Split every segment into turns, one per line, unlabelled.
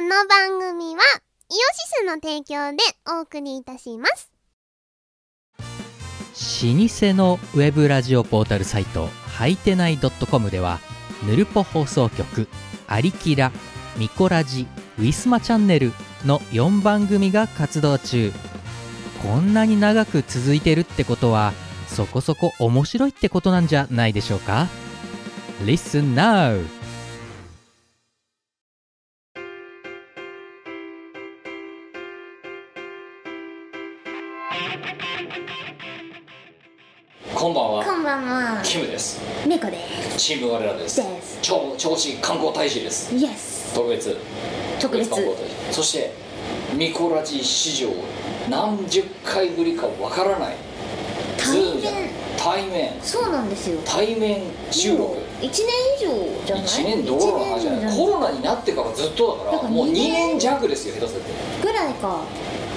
の番組はイオシスの提供でお送りいたします
老舗のウェブラジオポータルサイトはいてない .com ではぬるぽ放送局「アリキラ」「ミコラジ」「ウィスマチャンネル」の4番組が活動中こんなに長く続いてるってことはそこそこ面白いってことなんじゃないでしょうか Listen now!
こんばんは。
こんばんは
キムです。
みこです
チーム我らです。
です
超調子観光大使です。
イエス
特別。
特別
観光大使。そしてミコラジ史上何十回ぶりかわからない。
対面
ズームじゃない対面。
そうなんですよ
対面収録。
1年以上じゃない
1年どころの話じゃないコロナになってからずっとだから
だから
もう2
二年
年弱ですよ下手すると
ぐらいか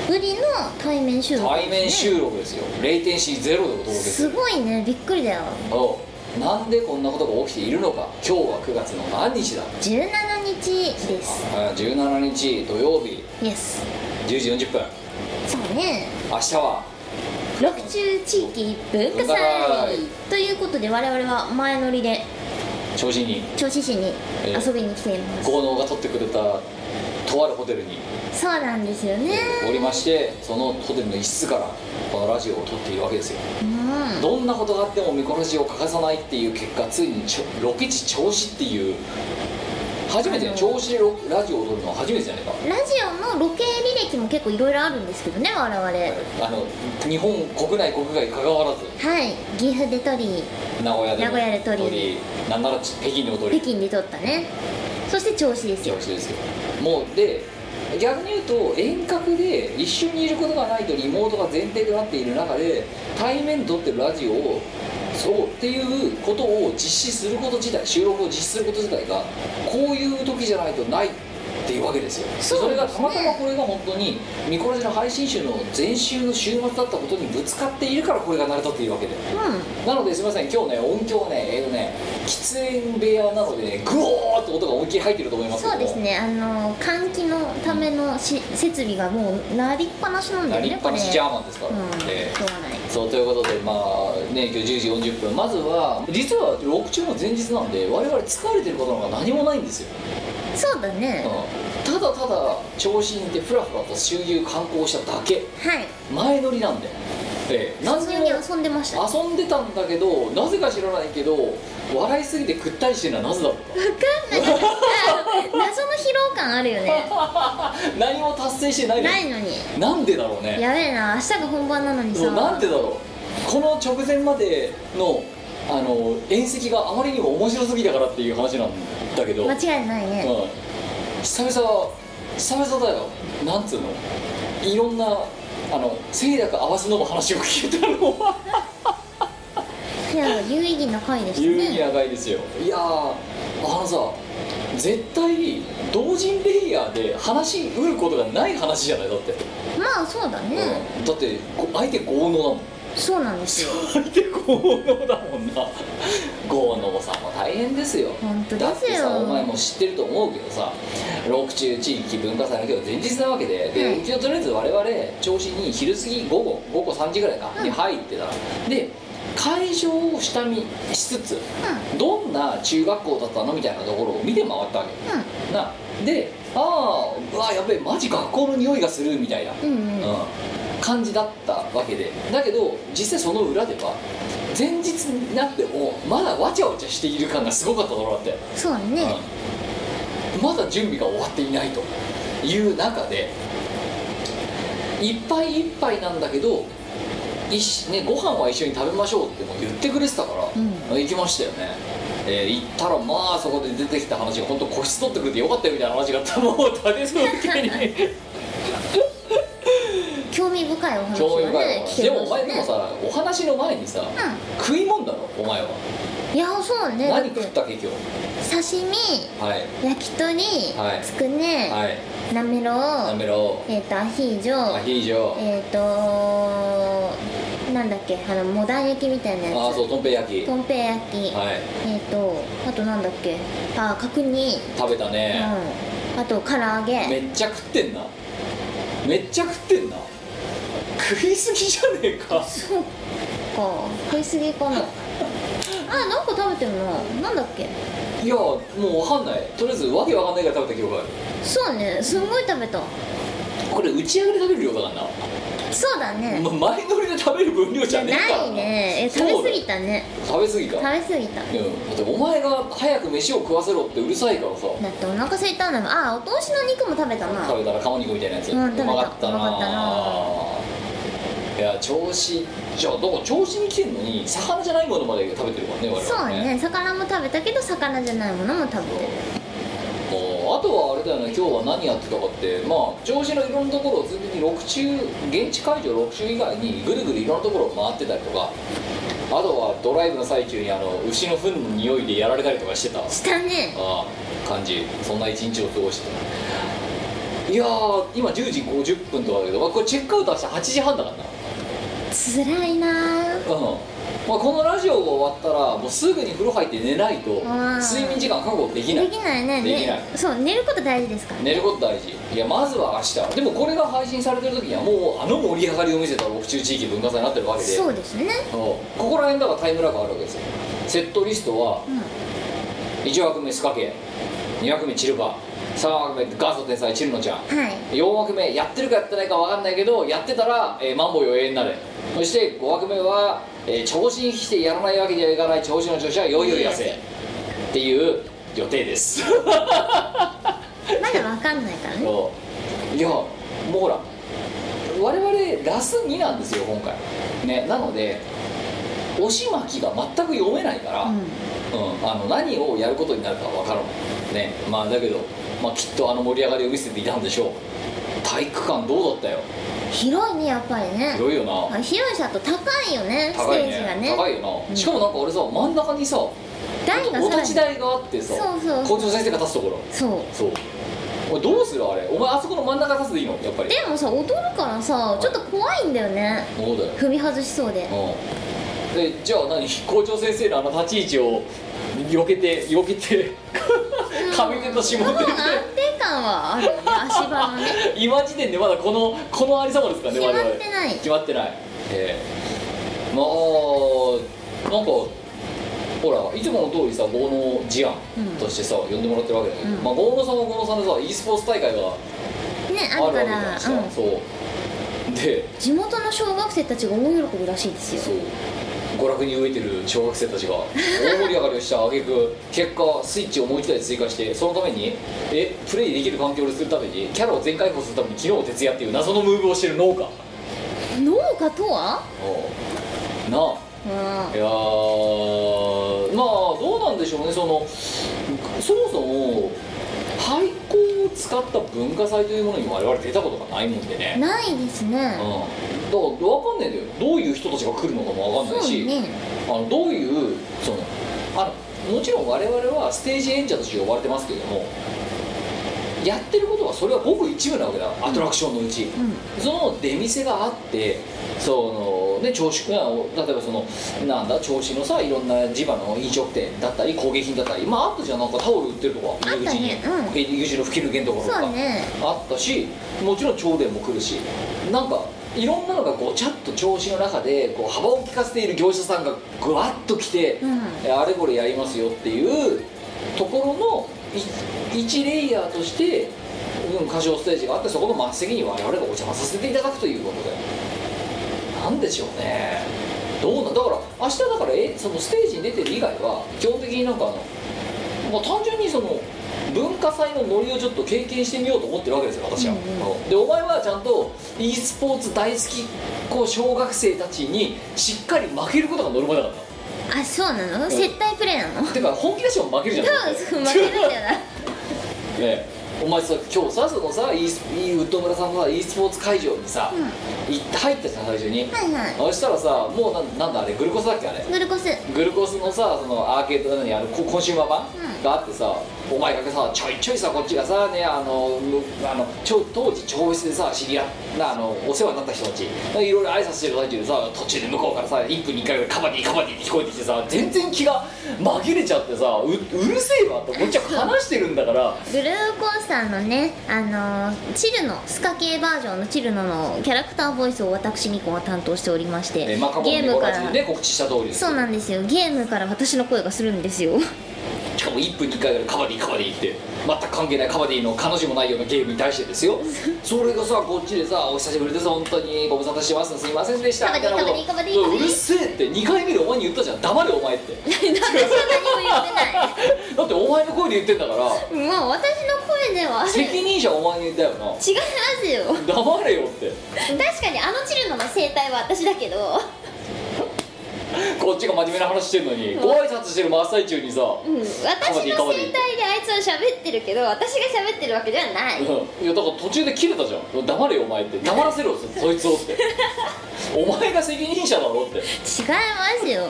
ぶりの対面収録
対面収録ですよ0点シーゼロでお届けす
す
る
ごいねびっくりだよ
そうなんでこんなことが起きているのか今日は9月の何日だ
17日です
あ17日土曜日
イエス
10時40分
そうね
明日は
六中地域文化祭ということで我々は前乗りで
調子に
銚子市に遊びに来ています、
豪農が取ってくれたとあるホテルに
そうなんですよね
おりましてそのホテルの一室からこのラジオを撮っているわけですよ
うん
どんなことがあってもミコラジを欠かさないっていう結果ついにちょロケ地調子っていう初めて
あの
調子でロラジオを撮るのは初めてじゃないか
ラジオのロケ履歴も結構いろいろあるんですけどね我々は
あの日本国内国外関わらず
い岐阜で撮り
名古屋で
名
も
古屋で撮り
撮りなんならち北京でも撮り
北京で撮ったねそして銚子ですよ
調子ですよもうで逆に言うと遠隔で一緒にいることがないとリモートが前提となっている中で対面で撮ってるラジオをそうっていうことを実施すること自体収録を実施すること自体がこういう時じゃないとないっていうわけですよ
そうで
れ
すね
がたまたまこれが本当にミコラジの配信集の前週の週末だったことにぶつかっているからこれが成れたっていうわけで
う
なのですみません今日ね音響はねえーとね喫煙部屋なのでねグオーって音が思いっきり入ってると思いま
ん
すけど
そうですねあの換気のためのし設備がもうなりっぱなしなんだ
な
よ
り
ね
っ
こ
ぱ
れ
なしジャーマンですから、
うん
え
しょうがない
ーそうということでまあね今日10時40分まずは実は6中の前日なんで我々疲れてることなんか何もないんですよ、
そうだね
うん、ただただ調子にいてフラフラと周遊観光しただけ
はい
前乗りなんで、えー、
普
何に
通
も
に遊んでましたわ
遊んでたんだけどなぜか知らないけど笑いすぎてくったりしてるのはなぜだろうか
かんない謎の疲労感あるよね
何も達成してないの
ないのに
なんでだろうね
やべえな明日が本番なのに
そ
さ
うなんでだろうこの直前までのあの宴席があまりにも面白すぎたからっていう話なんだけど、うん、
間違いないね
久々久々だよなんつうのいろんなあの清濁合わせのも話を聞けたのはい
や有意義な回でした
有意義
ね
な回ですよいやーあのさ絶対同人レイヤーで話しうることがない話じゃないだって、
まあそうだね、
うんだってこ相手豪農だもん
そうなんですよ
相手豪農だもんな豪農さんも大変ですよ
本当ですよ
だってさお前も知ってると思うけどさ六中地域文化祭の今日前日なわけでで、
はいう
ちはとりあえず我々調子に昼過ぎ午後午後3時ぐらいか、に入ってたらで会場を下見しつつどんな中学校だったのみたいなところを見て回ったわけなでああうわやべえマジ学校の匂いがするみたいな
うんうんうんうん
うん感じだったわけでだけど実際その裏では前日になってもまだわちゃわちゃしている感がすごかっただろうなって、
そうね
うんまだ準備が終わっていないという中でいっぱいいっぱいなんだけどいしね、ご飯は一緒に食べましょうってもう言ってくれてたから、
う
行きましたよね、えー行ったらまあそこで出てきた話が本当個室取ってくれてよかったよみたいな話が あったもう立て続けに。
興味深いお話
教
を
員会
ね
は
聞
で
け
も
ま
お
した
前でも
ね
さお話の前にさ、食い物だろお前は、
うんいやそうねだっ
何
て
食ったっけ今日
刺身
はい
焼き鳥、
はい
つくね、
はい
なめろ
な
う
めろ
えっ、とアヒージョ
アヒージョ
えっ、となんだっけあのモダン焼きみたいなやつ
ああそうとんぺい焼き
とんぺい焼き、
はい
えっ、とあとなんだっけあー角煮
食べたね、
うあと唐揚げ
めっちゃ食ってんなめっちゃ食ってんな食いすぎじゃねえか
そうか食いすぎかなあなんか食べてるななんだっけ
いやもうわかんないとりあえずわけわかんないから食べた記憶がある
そうねすんごい食べた
これ打ち上げで食べる量だからな
そうだね
ま前乗りで食べる分量じ
じ
ゃ
ゃ
ねえか
な
ら
いねえ
そ
食
うだよ
べ過ぎたね
食べ過ぎか
食べ過ぎた
うんだってお前が早く飯を食わせろってうるさいからさ
だってお腹空いたんだもんあお通しの肉も食べたな
食べたら鴨肉みたいなやつ、
うん食べた
うまかったな
うまかった
いや調子じゃあだから調子に来てんのに魚じゃないものまで食べてるからね我
そう
々ね
ね魚も食べたけど魚じゃないものも食べてる
もうあとはあれだよね今日は何やってたかってまあ調子のいろんなところをずっと6中現地会場6中以外にぐるぐるいろんなところを回ってたりとかあとはドライブの最中にあの牛の糞の匂いでやられたりとかしてたあ
したね
あ感じそんな一日を過ごしてたいやー今10時50分とかだけど、まあ、これチェックアウトは明日8時半だからな
辛いな
うんまあ、このラジオが終わったらもうすぐに風呂入って寝ないと
ん
睡眠時間確保できない
できないね
できない
ねそう寝ること大事ですから
寝ること大事いやまずは明日でもこれが配信されてる時にはもうあの盛り上がりを見せた六中地域文化祭になってるわけで
そうですね
うんここら辺だからタイムラグあるわけですよセットリストは
うん
1枠目スカケ2枠目チルバ3枠目元祖天才チルノちゃん
はい
4枠目やってるかやってないかわかんないけどやってたら、えー、マンボウよ永遠になれそして5枠目は、えー、調子にしてやらないわけにはいかない調子の調子はいよいよ痩せっていう予定です
まだわかんないからね
そういやもうほら我々ラス2なんですよ今回ねなので押し巻きが全く読めないから、
うん
うん、あの何をやることになるかわからないねまあだけど、まあ、きっとあの盛り上がりを見せていたんでしょう体育館どうだったよ
広いねやっぱりね
広いよな
広いさと高いよねス
高い
テージが
ね
ね
高いよ
う
なんしかもなんか俺さ真ん中にさ
台が
お
さら
立
に
ち台があってさ
そうそう
校長先生が立つところ
そう
そうおいどうするあれお前あそこの真ん中立つでいいのやっぱり
でもさ踊るからさちょっと怖いんだよね
そうだよ
踏み外しそうで
うんでじゃあ何校長先生のあの立ち位置を避けて避けて 上手と下手
うん
で
安定感はあ るよね足場のね
今時点でまだこのこのありさまですからね
決
我
まっ
々
てない
決まってないええまあなんかほらいつもの通りさ豪農事案としてさ、呼んでもらってるわけだけど、
うん
まあ豪農さんは豪農さんでさ e スポーツ大会
ね
がある
あ
わ
る
け
か
じゃない
ら
ですか、
うん
そうで
地元の小学生たちが大喜びらしいですよ
そう娯楽に飢えてる小学生たちが大盛り上がりをした挙句 結果スイッチをもう一台追加してそのためにえプレイできる環境にするためにキャラを全開放するために昨日徹夜っていう謎のムーブをしてる農家
農家とは
おうなあ
うん
いやーまあどうなんでしょうねそのそもそも廃校を使った文化祭というものに我々出たことがないもんでね
ないです
うんだ
ね
から分かんないんだよどういう人たちが来るのかも分かん
そ
ないうし、
ね
あのどういうそのあのもちろん我々はステージ演者として呼ばれてますけれどもやってることはそれはごく一部なわけだアトラクションのうち、
うん
その出店があってそのね調子が例えばそのなんだ調子のさいろんな地場の飲食店だったり工芸品だったりまああとじゃんなんかタオル売ってるとこ
あったねうん
入り口に入り口の吹き抜けのところとか
そうね
あったしもちろん朝礼も来るしなんかいろんなのがごちゃっと調子の中でこう幅を利かせている業者さんがぐわっと来て、
うん
えあれこれやりますよっていうところのい一レイヤーとして、うん、歌唱ステージがあってそこの末席に我々がお邪魔させていただくということでなんでしょうねどうなんだから明日だからえそのステージに出てる以外は基本的になんかあの、まあ、単純にその文化祭のノリをちょっと経験してみようと思ってるわけですよ私は、
うん
でお前はちゃんと e スポーツ大好きこう小学生たちにしっかり負けることがノルマだからな
あそうなの接待プレイなの
てか本気出しても負けるじゃん
多分そう負けるんじゃない
ねお前さ今日さそのさ e スいいウッド村さんが e スポーツ会場にさ、
うん
行って入ったじゃん最初に、
はいはい
そしたらさもうなんなんだあれグルコスだっけあれ
グルコス
グルコスのさそのアーケードなのにあのココンシューマー版、
うん
があってさお前がさちょいちょいさこっちがさねあのむあのちょ当時超室でさ知り合ったあのお世話になった人たちいろいろ挨拶してる最中でさ途中で向こうからさ1分に1回ぐらいカバディカバディって聞こえてきてさ全然気が紛れちゃってさううるせえわとこっちは話してるんだから
ブルーコースターのねあのーチルノスカ系バージョンのチルノのキャラクターボイスを私ニコが担当しておりまして、
えーまあ過去
ゲ
の
ー
ニコ
ムか
ラジ
ら
でね告知した通りです
そうなんですよゲームから私の声がするんです よ
しかも1分に1回ぐらいカバディカバディって全く関係ないカバディの彼女もないようなゲームに対してですよそれがさこっちでさ「お久しぶりです本当にご無沙汰してますすいませんでした」
カバ
み
デ
たい
ィ
なこと
カバディカバディカバディ
うるせえって2回目でお前に言ったじゃん黙れお前って
私は何も言
だってお前の声で言ってんだから
ってないもう私の声ではある違い
責任者お前だよな
ますよ
黙れよって
確かにあのチルノの生態は私だけど
こっちが真面目な話してんのにご挨拶してる真っ最中にさ
うん、私の
カバデ
生
ィカバディ
態であいつは喋ってるけど私が喋ってるわけではない、
うんいやだから途中で切れたじゃん黙れよお前って黙らせろよそ いつをってお前が責任者だろって
違いますよ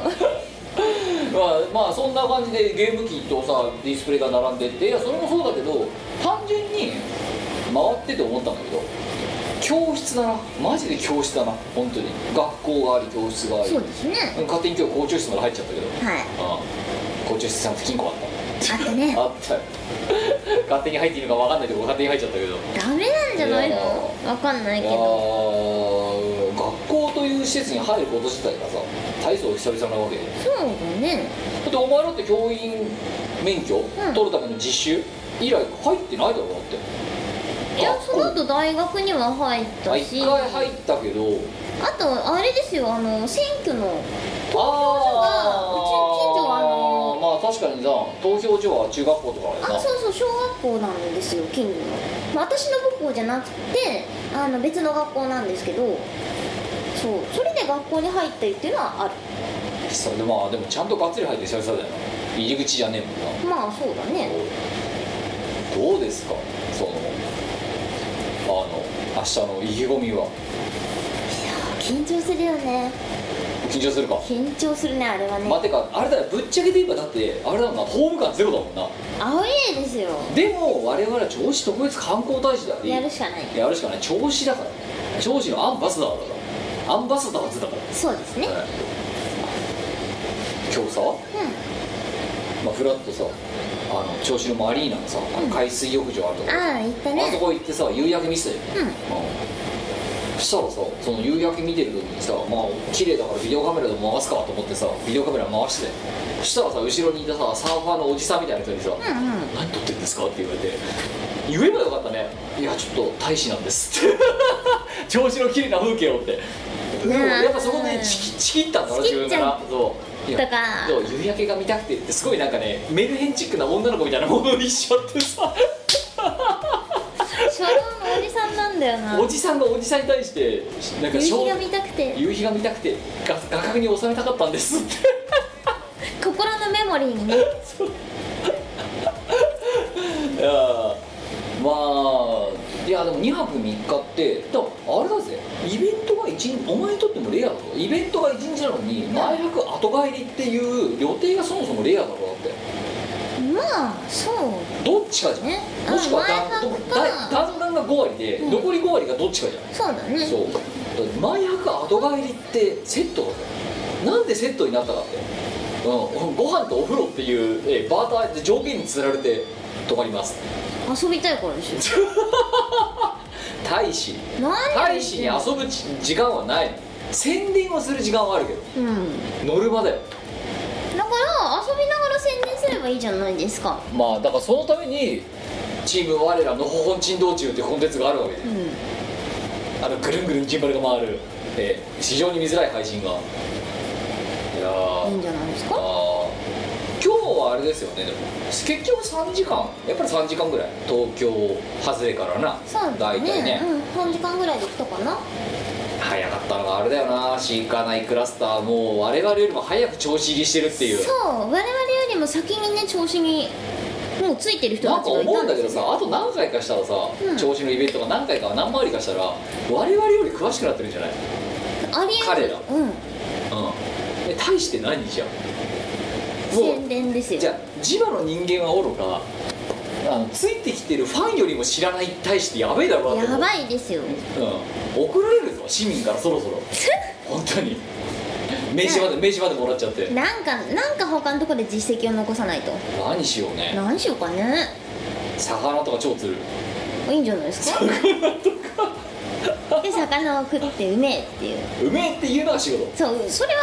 まあ、まあそんな感じでゲーム機とさディスプレイが並んでっていやそれもそうだけど単純に回ってて思ったんだけど教室だなマジで教室だな本当に学校があり教室があり
そうですね
うん勝手に今日校長室まで入っちゃったけど
はい
ああ校長室さん不均衡あっ
あったね
たあったよ 勝手に入っていいのか分かんないけど勝手に入っちゃったけど
ダメなんじゃないのわかんない
い
け
や
ど
ー学校という施設に入ること自体がさ大層久々なわけで
そうだね
だってお前だって教員免許
ん
取るための実習以来入ってないだろだって
いや
学
そ
校
の後大学には入っ
あ
たし
一回入ったけど
あとあれですよあの選挙の
投票所
がうちの近所はあの
まあ確かにさ投票所は中学校とか
あ
だよな
そうそう小学校なんですよ近所の、まあ、私の母校じゃなくてあの別の学校なんですけどそうそれで学校に入ったりっていうのはある
それでまあでもちゃんとがっつり入って久々だよな入り口じゃねえもんな
まあそうだね
どうですかそのあの明日の意気込みはい
やー緊張するよね
緊張するか
緊張するねあれはね
待てかあれだよぶっちゃけて言えばだってあれだもんなホーム感ゼロだもんな
アウェーですよ
でも我々は銚子特別観光大使であり
やるしかない
やるしかない調子だから調子のアンバサダーだからアンバサダーズだから、
そうですね
はい今日さ、
う
まあ、フラッとさあの銚子のマリーナのさあの海水浴場あると
ん
こ、
ああ行った
あそ
ね
こ行ってさ夕焼け見せたよ、
うん
うん、そしたらさその夕焼け見てる時にさまあ綺麗だからビデオカメラでも回すかと思ってさビデオカメラ回してそしたらさ後ろにいたさサーファーのおじさんみたいな人にさ、
うんうん
何撮ってるんですかって言われて言えばよかったねいやちょっと大使なんですって 調子の綺麗な風景をってでもやっぱそこでチキチキったんだろ
チ
自
キっ
分
ちゃう
からそういや
だから
そう夕焼けが見たくてってすごいなんかねメルヘンチックな女の子みたいなものにしちゃってさ
初老のおじさんなんだよな
おじさんがおじさんに対してなんか
夕
しょう
日が見たくて
夕日が見たくてが画角に収めたかったんです って
心のメモリーにね
いやーまあいやでも2泊3日ってだからあれだぜイベントが一日お前にとってもレアだぞイベントが1日なのに前泊後帰りっていう予定がそもそもレアだろだって
まあそう
どっちかじゃん、
ねあ
もしくは
前泊か
だだ弾丸が5割で、
うん
残り5割がどっちかじゃん
そうだね
そうだって前泊後帰りってセットだぜなんでセットになったかって、うん、ご飯とお風呂っていう、えーバーターで条件につられて泊まります
遊びたいからでしょ
大使
何
大使に遊ぶち時間はない宣伝をする時間はあるけど
ぶうん
ノルマだよ
だから遊びながら宣伝すればいいじゃないですか
まあだからそのためにチーム我らのほほん珍道中っていうコンテンツがあるわけで
う、ん
あのぐるんぐるんジンバルが回る、えー非常に見づらい配信がいやー
いいんじゃないですか
あー今日はあれですよねでも結局3時間やっぱり3時間ぐらい東京外れからな
そうだ
大
ね
体ね、
うん半時間ぐらいで来たかな
早かったのがあれだよなシーカーナイクラスターもう我々よりも早く調子入りしてるっていう
そう我々よりも先にね調子にもうついてる人
な
た
んか
ちがい
思
た
うん
ん
だ
で
け
す
ど
よ
さあと何回かしたらさ、
うん
調子のイベントが何回か何回りかしたら我々より詳しくなってるんじゃない、う
ありえない
彼ら
うん
ん、え大して何じゃんも
宣伝です
う
よ
じゃあ磁場の人間はおろかあのついてきてるファンよりも知らないに対してやべえだろうなって
や
思う
ばいですよ
うん、怒られるぞ市民からそろそろ本当に名刺まで名刺までもらっちゃって
なんかなんか他のとこで実績を残さないと
何しようね
何しようかね
魚とか超釣る
いいんじゃないですかで魚を食ってうめえっていう
うめえっていうのが仕事
そうそれは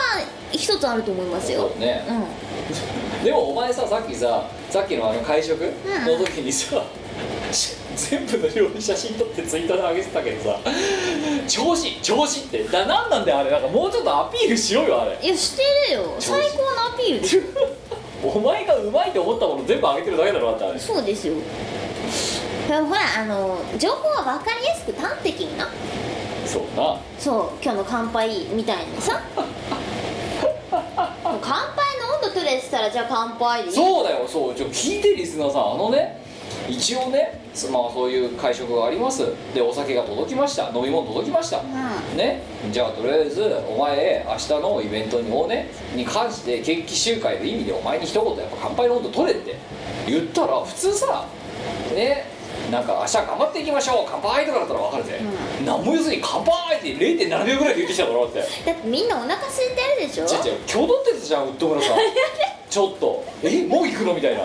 一つあると思いますよ
そうね
うん
でもお前ささっきささっきのあの会食の時にさ、し全部の料理写真撮ってツイッターで上げてたけどさ調子調子ってだ何なんだよあれなんかもうちょっとアピールしろよあれ
いやしてるよ
上手
最高のアピールですよ
お前がうまいと思ったもの全部上げてるだけだろだってあれ
そうですよでもほらあの情報は分かりやすく端的にな
そうな
そう今日の乾杯みたいに さ乾杯の温度取れてたらじゃあ乾杯でいい
そうだよそうちょ聞いてリスナーさんあのね一応ねそまあそういう会食がありますでお酒が届きました飲み物届きました、
う
ねじゃあとりあえずお前明日のイベントにもねに関して決起集会の意味でお前に一言やっぱ乾杯の温度取れって言ったら普通さねなんか明日頑張っていきましょう乾杯とかだったら分かるぜ、
う
何も言わずに乾杯って0.7秒ぐらいで言ってきただろだって
だってみんなお腹空いてるでしょ
ちょちょ挙動ってたじゃんウッド 村さんちょっとえもう行くのみたいな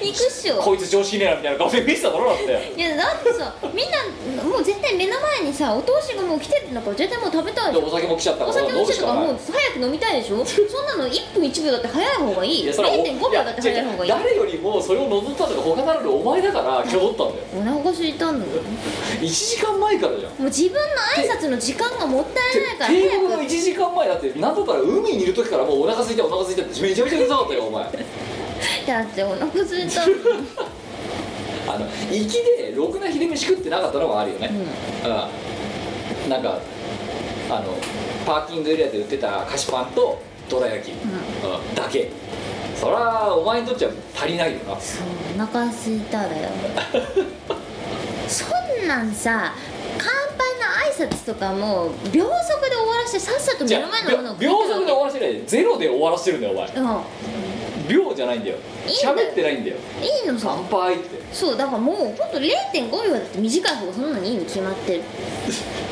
行くっしょ
こいつ常識ねえなみたいな顔で見てただろだって
いやだってさ みんなもう絶対目の前にさお通しがもう来てるんだから絶対もう食べたい
で
じゃん
お酒も来ちゃったか
お
ら
酒
飲
の
む
人
し
と
か
か
な
も
いう
早く飲みたいでしょそんなの1分1秒だって早い方がいい
いやそれはお
0.5秒だって
い
早
や
い方がいい
違う誰よりもそれを望んだのが他ならぬお前だから挙動っ たんだよ
お腹空いたんだよも
1時間前からじゃん
う自分の挨拶の時間がもったいないから
帝国
早
の
く
1時間前だって何だったら海にいる時からもうお腹空いたお腹空いたってめちゃめちゃうるさかったよお前
だってお腹空いた
あの行きでろくな昼飯食ってなかったのがあるよね、うん、なんかあのパーキングエリアで売ってた菓子パンとどら焼き、
ん
うんだけそりゃお前にとっちゃ足りないよな
そうお腹空いた だよそんなんさ乾杯の挨拶とかも秒速で終わらしてさっさと
じ
目
ゃ
の
あ
前のものを食って
秒速で終わらせてないゼロで終わらせてるんだよお前
うん
秒じゃないんだよ
いんだよ
喋ってないんだよ
いいのさ
乾杯って
そうだからもうほんと0.5秒だって短い方がそんなにいいに決まってる、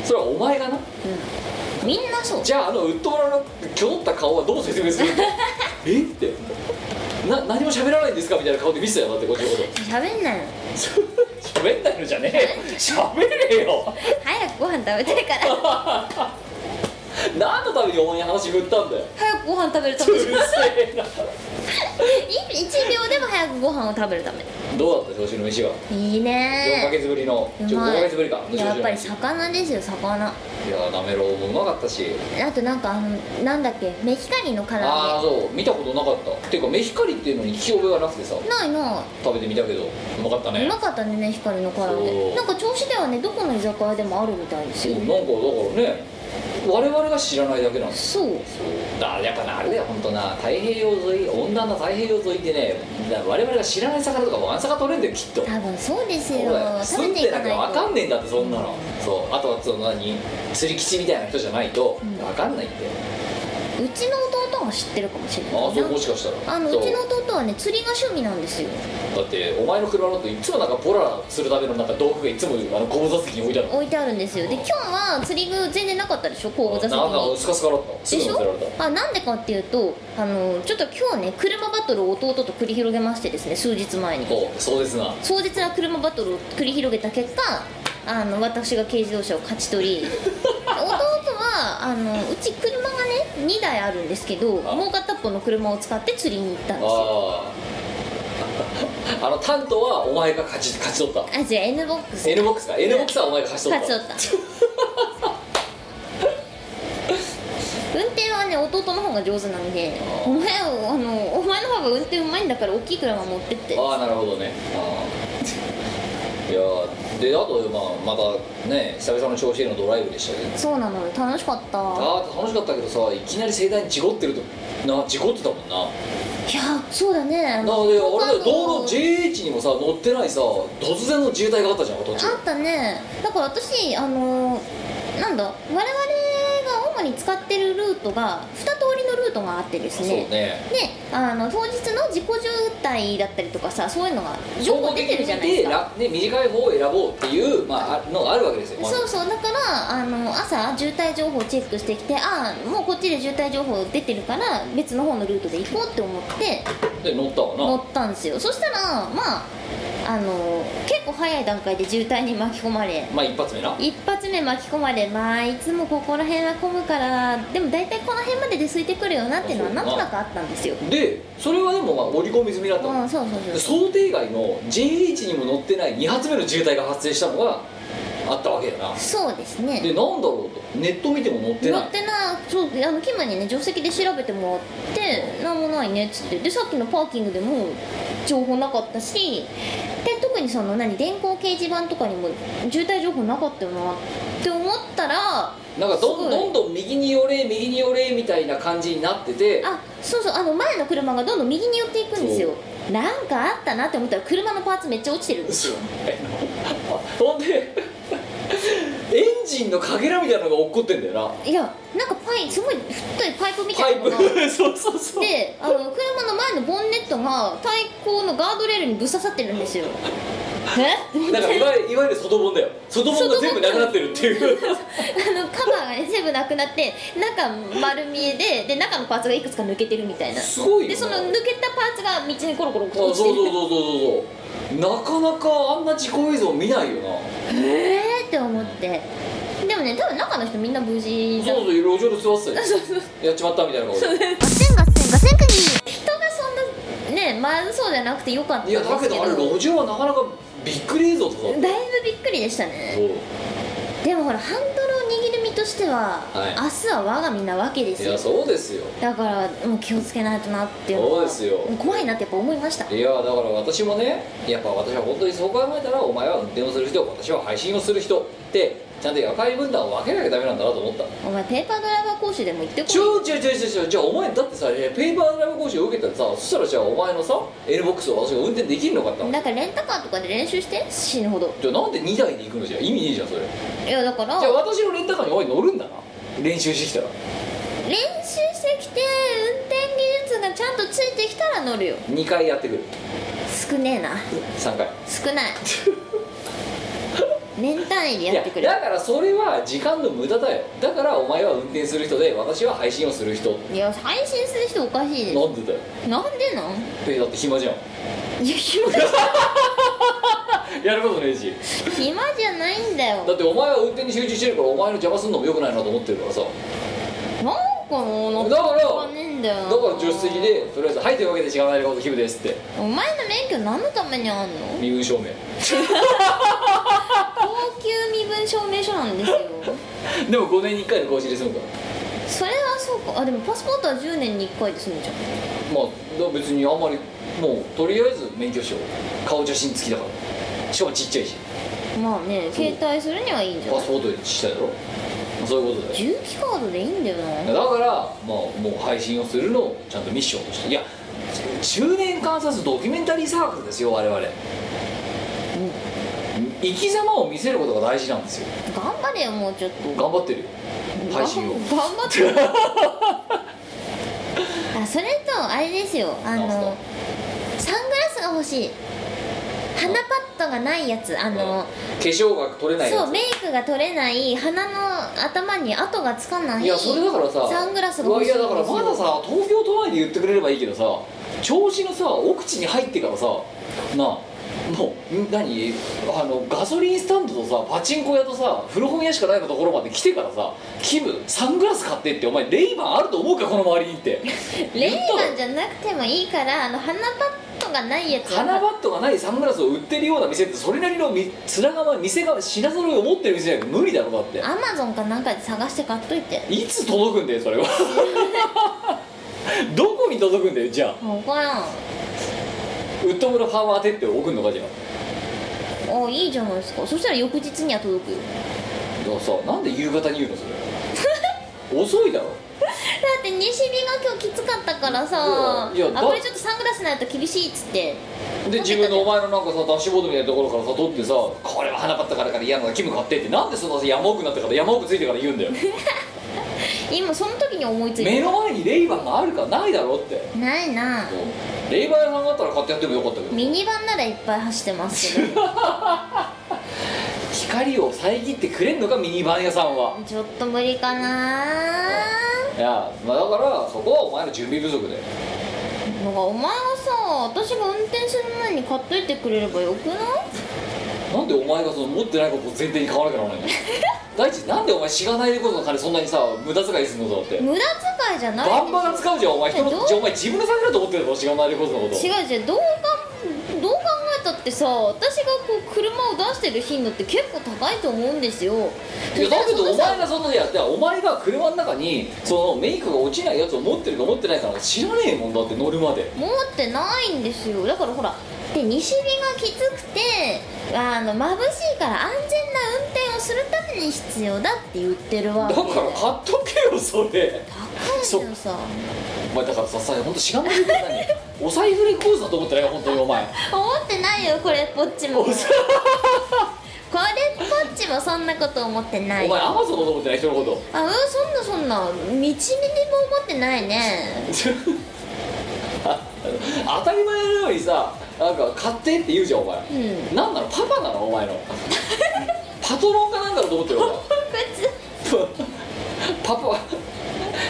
それはお前がな
うん、みんなそう
じゃああのウッド村のきょどった顔はどう説明するの えってな何も喋らないんですかみたいな顔で見せたよだってこっち のこと
喋んないの
喋んないのじゃねえよ喋れよ
早くご飯食べたいから
何のためにお前に話振ったんだよ
早くご飯食べるた
う
め
る
1
せえな
秒でも早くご飯を食べるため
どうだった調子の飯は、
いい
4ヶ
ね
月ぶりの
うまい
ちょ5ヶ月ぶりか
やっぱり
調子の
魚ですよ魚
飯いやなめろうもうまかったし
あとなんかあのなんだっけメヒカリの唐揚
ああそう見たことなかったっていうかメヒカリっていうのに聞き覚えがなくてさ
げないな
食べてみたけどうまかった
いう
ね
まかったねメヒカリの唐揚
そう
げなんか調子ではねどこの居酒屋でもあるみたいです
そう
よ
なんかだからね我々が知らないだけなんです
そう
だからやっぱなあれだよ本当な太平洋沿い温暖な太平洋沿いってねだから我々が知らない魚とかワンサカ取れんだよきっと
多分そうです
そうだ
よ
よ
食
住
べ
ん
てい
で
か
な
な
き
い
ゃ
と
分かんねえんだってそんなの、そうあとはその何釣り基地みたいな人じゃないと
うん
分かんないって、
うちの弟も知ってるかもしれない
ああそう
な
もしかしたら
あの
そう
うちの弟はね釣りが趣味なんですよ
だってお前の車のといつもなんかボラボラするためのなんか道具がいつもあの後部座席に置いてあるの
置いてあるんですよで今日は釣り具全然なかったでしょ後部座席
なんか
に
スカスカだったす
で
ぐ
し
乗
ょ
せられた
あなんでかっていうとあのちょっと今日ね車バトルを弟と繰り広げましてですね数日前に
そうそうですな
壮絶な車バトルを繰り広げた結果あの私が軽自動車を勝ち取り 弟はあのうち車がね2台あるんですけど
あ
もう片っぽの車を使って釣りに行ったんですよ
あああの担当はお前が勝ち勝ち取った
あじゃあ N ボックス
N ボックスか N ボックスはお前が勝ち取
勝
っ
ち
た
取った運 転はね弟の方が上手なんで
あー
お前をあのお前の方が運転うまいんだから大きい車持ってって
ああなるほどねああいやーであと、まあ、またね久々の調子へのドライブでしたけど
そうなのよ楽しかった
あー楽しかったけどさいきなり盛大に事故ってるとな事故ってたもんない
やそうだね
なので
好
俺
感
ら
度
道路 JH にもさ乗ってないさ突然の渋滞があったじゃん途中
あったねだから私あのーなんだ我々が主に使ってるルートが2通りのルーことがあってです
そう
ね
ね
であの当日の自己渋滞だったりとかさそういうのが情報出てるじゃないですか
総合的に見てらね、短い方を選ぼうっていう、まああ、のがあるわけですよ、まず
そうそうだからあの朝渋滞情報をチェックしてきてああもうこっちで渋滞情報出てるから別の方のルートで行こうって思って
で乗ったわな
乗ったんですよそしたらまああの結構早い段階で渋滞に巻き込まれ
まあ一発目な
一発目巻き込まれまあいつもここら辺は混むからでも大体この辺までで空いてくるよなっていうのは
そうだ
なん
な
となくあったんですよ
でそれはでもまあ織り込み済みだった
う
の
んそうそうそう
想定外の JH にも乗ってない2発目の渋滞が発生したのがあったわけだな
そうです
で
ね
なんだろうとネット見ても乗って
乗
ない
ってなそうあのキムにね助手席で調べてもらってなんもないねっつってでさっきのパーキングでも情報なかったしで特にその何電光掲示板とかにも渋滞情報なかったよなって思ったら
なんか
す
ど
ご
ん
い
どんどん右に寄れ右に寄れみたいな感じになってて
あそうそうあの前の車がどんどん右に寄っていくんですよなんかあったなって思ったら車のパーツめっちゃ落ちてるんですよ
ほんでエンジンのかけらみたいなのが落っこってんだよ
いやなんかパイすごい太いパイプみ
なパ
たい
イ
なのが
プ そうそうそう
であの車の前のボンネットが対向のガードレールにぶっ刺さってるんですよえ
なんかいわゆるいわゆる外本だよ外本が全部なくなってるっていう
あのカバーがね全部なくなって中丸見えでで中のパーツがいくつか抜けてるみたいな
すごいよ
で
ね
その抜けたパーツが道にコロコロ
そう
落ち
そ
て
うそう
る
そうそうそうなかなかあんな事故映像見ないよな
えーって思ってでもね多分中の人みんな無事だ
そうそう路上で座ってたよやっちまったみたいな顔で
ガセンガセンガセンクニ人がそんなねまずそうじゃなくてよかったん
い
で
や
すけ
だ
ど
けどあれ路上はなかなかびっくり映像とかだった
だいぶびっくりでした
そ
ね
う
でもほらハンドルを握る身としては、
はい
明日は我が身なわけです
い
よ
やそうですよ
だからもう気をつけないとなっていうのは
そうですよ
怖いなってやっぱ思いました
いやだから私もねやっぱ私は本当にそう考えたらお前は運転をする人私は配信をする人ってちゃんと役割分担を分けなきゃダメなんだなと思った
お前ペーパードライバー講習でも行ってこ
ちょちょちょちょちょじゃあお前だってさペーパードライブ講習を受けたらさそしたらじゃあお前のさ L ボックスを私が運転できるのかって
いだからレンタカーとかで練習して死ぬほど
じゃあなんで2台で行くのじゃ意味ねえじゃんそれじ
いやだから
ゃあ私のレンタカーにおい乗るんだな練習してきたら
練習してきて運転技術がちゃんとついてきたら乗るよ
2回やってくる
少ねえな
3回
少ない年単位で
い
やってくれ
だからそれは時間の無駄だよだからお前は運転する人で私は配信をする人
いや配信する人おかしいで
なんでだよ
すなんでなん
えだって暇じゃん
いや暇
やることねえし
暇じゃないんだよ
だってお前は運転に集中してるからお前の邪魔するのもよくないなと思ってるからさ
なんかもう乗っ
だから
かねえんだよ
だ
な
から助手席でとりあえず「はいというわけで時間ないことキムです」って
お前の免許何のためにあんの
身分証明
高級身分証明書なんですよ
でも5年に1回の更新で済むから
それはそうかあでもパスポートは10年に1回で済むじゃん
まあだから別にあんまりもうとりあえず免許証顔写真付きだからしかもちっちゃいし
まあね
そう
携帯するにはいいんじゃない
パスポートにしたいだろそういうことだよ
重機カードでいいんだよ
だ
な
から、まあ、もう配信をするのをちゃんとミッションとしていや中年観察ドキュメンタリーサークルですよ我々、生き様を見せることが大事なんですよ
頑張れよもうちょっと
頑張ってるよ配信を
頑張 ってるあそれとあれですよあ
なんすか
のサングラスが欲しい鼻パッドがないやつあの、
化粧が取れないやつ
そうメイクが取れない鼻の頭に跡がつかない
いやそれだからさ
サングラスが欲しい
いやだからまださ東京都内で言ってくれればいいけどさ調子のさ奥地に入ってからさなあもうん何あのガソリンスタンドとさパチンコ屋とさ古本屋しかないのところまで来てからさ「キムサングラス買って」ってお前レイバンあると思うかこの周りにって
レイバ
言
ン
っ
じゃなくてもいいからあの鼻パッドがないやつ
たろ花バットがないサングラスを売ってるような店ってそれなりのみ面構え店が品揃えを持ってる店じゃなく無理だろだって
アマゾンかなんかで探して買っといて
いつ届くんだよそれは どこに届くんだよじゃあ
分からん
ウッド村ファーマーテって送んのかじゃあ
あいいじゃないですかそしたら翌日には届くよ
でもさなんで夕方に言うのそ れ遅いだろ
だって西日が今日きつかったからさ
いやいやだ
あこれちょっとサングラスないと厳しいっつって
で自分のお前のなんかさダッシュボードみたいなところからさ取ってさこ れは花ばったからから嫌なのキム買ってってなんでそんなさ山奥になってから山奥ついてから言うんだよ
今その時に思いついた
目の前にレイバンがあるかないだろうって
ないな
そうレイバン屋さんがあったら買ってやってもよかったけど
ミニバンならいっぱい走ってますけ ど
光を遮ってくれんのかミニバン屋さんは
ちょっと無理かない
や、まあ、だからそこはお前の準備不足で
なんかお前はさ私が運転する前に買っといてくれればよくない
なんでお前がその持ってないことを前提に買わなきゃなら ないんだよ第一なんでお前しがないレコードの金そんなにさ無駄遣いするのだって
無駄遣いじゃない
バンバン使うじゃんお前人
えど
の
う
じゃあお前自分の財布だと思ってるだろしがないレコードのこと
違う違うどうかんどう考えたってさ私がこう車を出してる頻度って結構高いと思うんですよ
いやだけどお前
が
がそんなでやってお前が車の中にそのメイクが落ちないやつを持ってるか持ってないかなんか知らねえもんだって乗るまで
持ってないんですよだからほらで西日がきつくてあの眩しいから安全な運転をするために必要だって言ってるわ
だ
け
から買っとけよそれ
高いのさ
お前だからささ本当知らないことなにお財布レコードだと思ってないよ本当にお前
思ってないよこれっぽっちもこれっぽっちもそんなこと思ってない
お前アマゾンだと思ってない人のこと
あうんそんなそんな道にも思ってないね
当たり前のようにさなんか買ってって言うじゃんお前、
うん
なんなのパパなのお前のパトロンかなんかだと思ってるよお前
別
パパ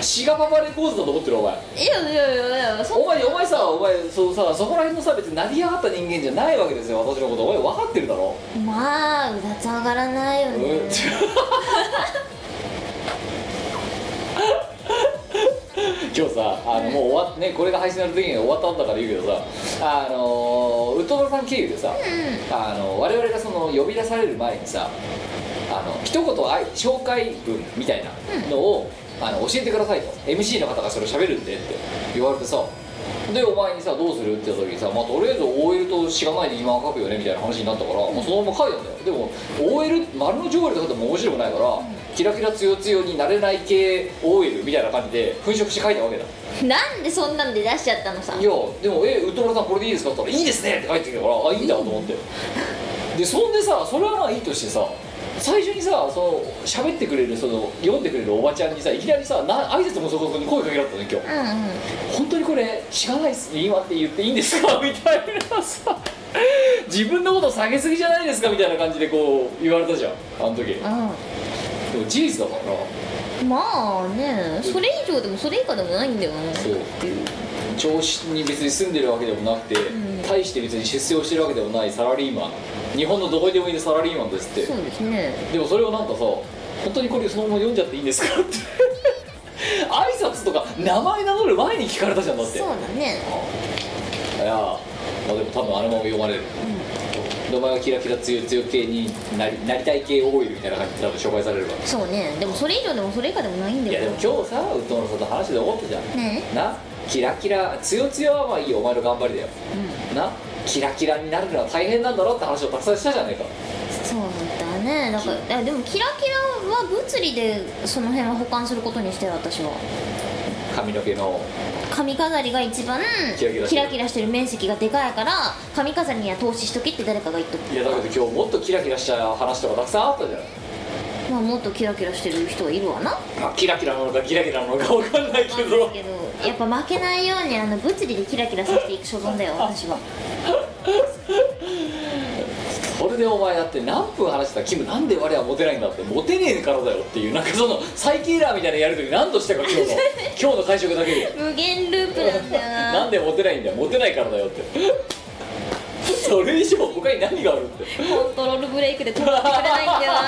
シガパパレコーズだと思ってるお前
いやいやいやいやそ
お前お前さお前そうさそこら辺のさ別に成り上がった人間じゃないわけですよ私のことお前分かってるだろ、
まあうだつ上がらないよ
う
ね
ん今日さあのもう終わっねこれが配信の時に終わったんだから言うけどさあのウッドラさん経由でさ、あの我々がその呼び出される前にさあの一言あい紹介文みたいなのを、あの教えてくださいと MC の方がそれを喋るんでって言われてさでお前にさどうするって言った時にさ、まあ、とりあえず OL としがないで今は書くよねみたいな話になったから、もうそのまま書いたんだよでも OL 丸の上りとかでも面白くないから、キラキラ強強になれない系 OL みたいな感じで粉飾して書いたわけだ
うんなんでそんなんで出しちゃったのさ
いやでも「えウッドラさんこれでいいですか?」って言ったら「いいですね」って帰ってきたからあいいんだと思ってでそんでさそれはまあいいとしてさ最初にさその喋ってくれるその読んでくれるおばちゃんにさいきなりさな挨拶もそこそこに声かけられたのよ今日
うんうん
本当にこれ知らないっすね今って言っていいんですか みたいなさ自分のこと下げすぎじゃないですかみたいな感じでこう言われたじゃんあの時でも事実だからな
うんまあねそれ以上でもそれ以下でもないんだよね
そう調子に別に住んでるわけでもなくて、
ん
大して別に出世をしてるわけでもないサラリーマン日本のどこにでもいるサラリーマンですって
そうですね
でもそれをなんかさ本当にこれそのまま読んじゃっていいんですかって挨拶とか名前名乗る前に聞かれたじゃんだってい
そう
や
だね
ーまあでも多分あのまま読まれる、名前がキラキラ強い強い系になりなりたい系多いみたいな感じで多分紹介されるから
そうねでもそれ以上でもそれ以下でもないん
い
だ
やで
よ
も今日さうっとうのさんと話で思ったじゃん
ね
なキラキラ強強はまあいいよお前の頑張りだよ
うん
なキラキラになるのは大変なんだろって話をたくさんしたじゃねえか
そうだねだからあでもキラキラは物理でその辺は保管することにしてる私は
髪の毛の
髪飾りが一番
キラキラしてる
キラキラしてる面積がでかいから髪飾りには投資しときって誰かが言っとく
いやだけど今日もっとキラキラした話とかたくさんあったじゃない、
まあもっとキラキラしてる人はいるわな
まあ、キラキラなのかギラギラなのか分かんないけ
なん
ど
ですけどやっぱ負けないようにあの物理でキラキラさせていく所存だよ私は
それでお前だって何分話してたキムなんで我はモテないんだってモテねえからだよっていうなんかそのサイキーラーみたいなやりとり何度したか今 日の今日の会食だけで
無限ループなんだよな
なんでモテないんだよモテないからだよってそれ以上他に何があるって
コントロールブレイクで止まってくれないんだよな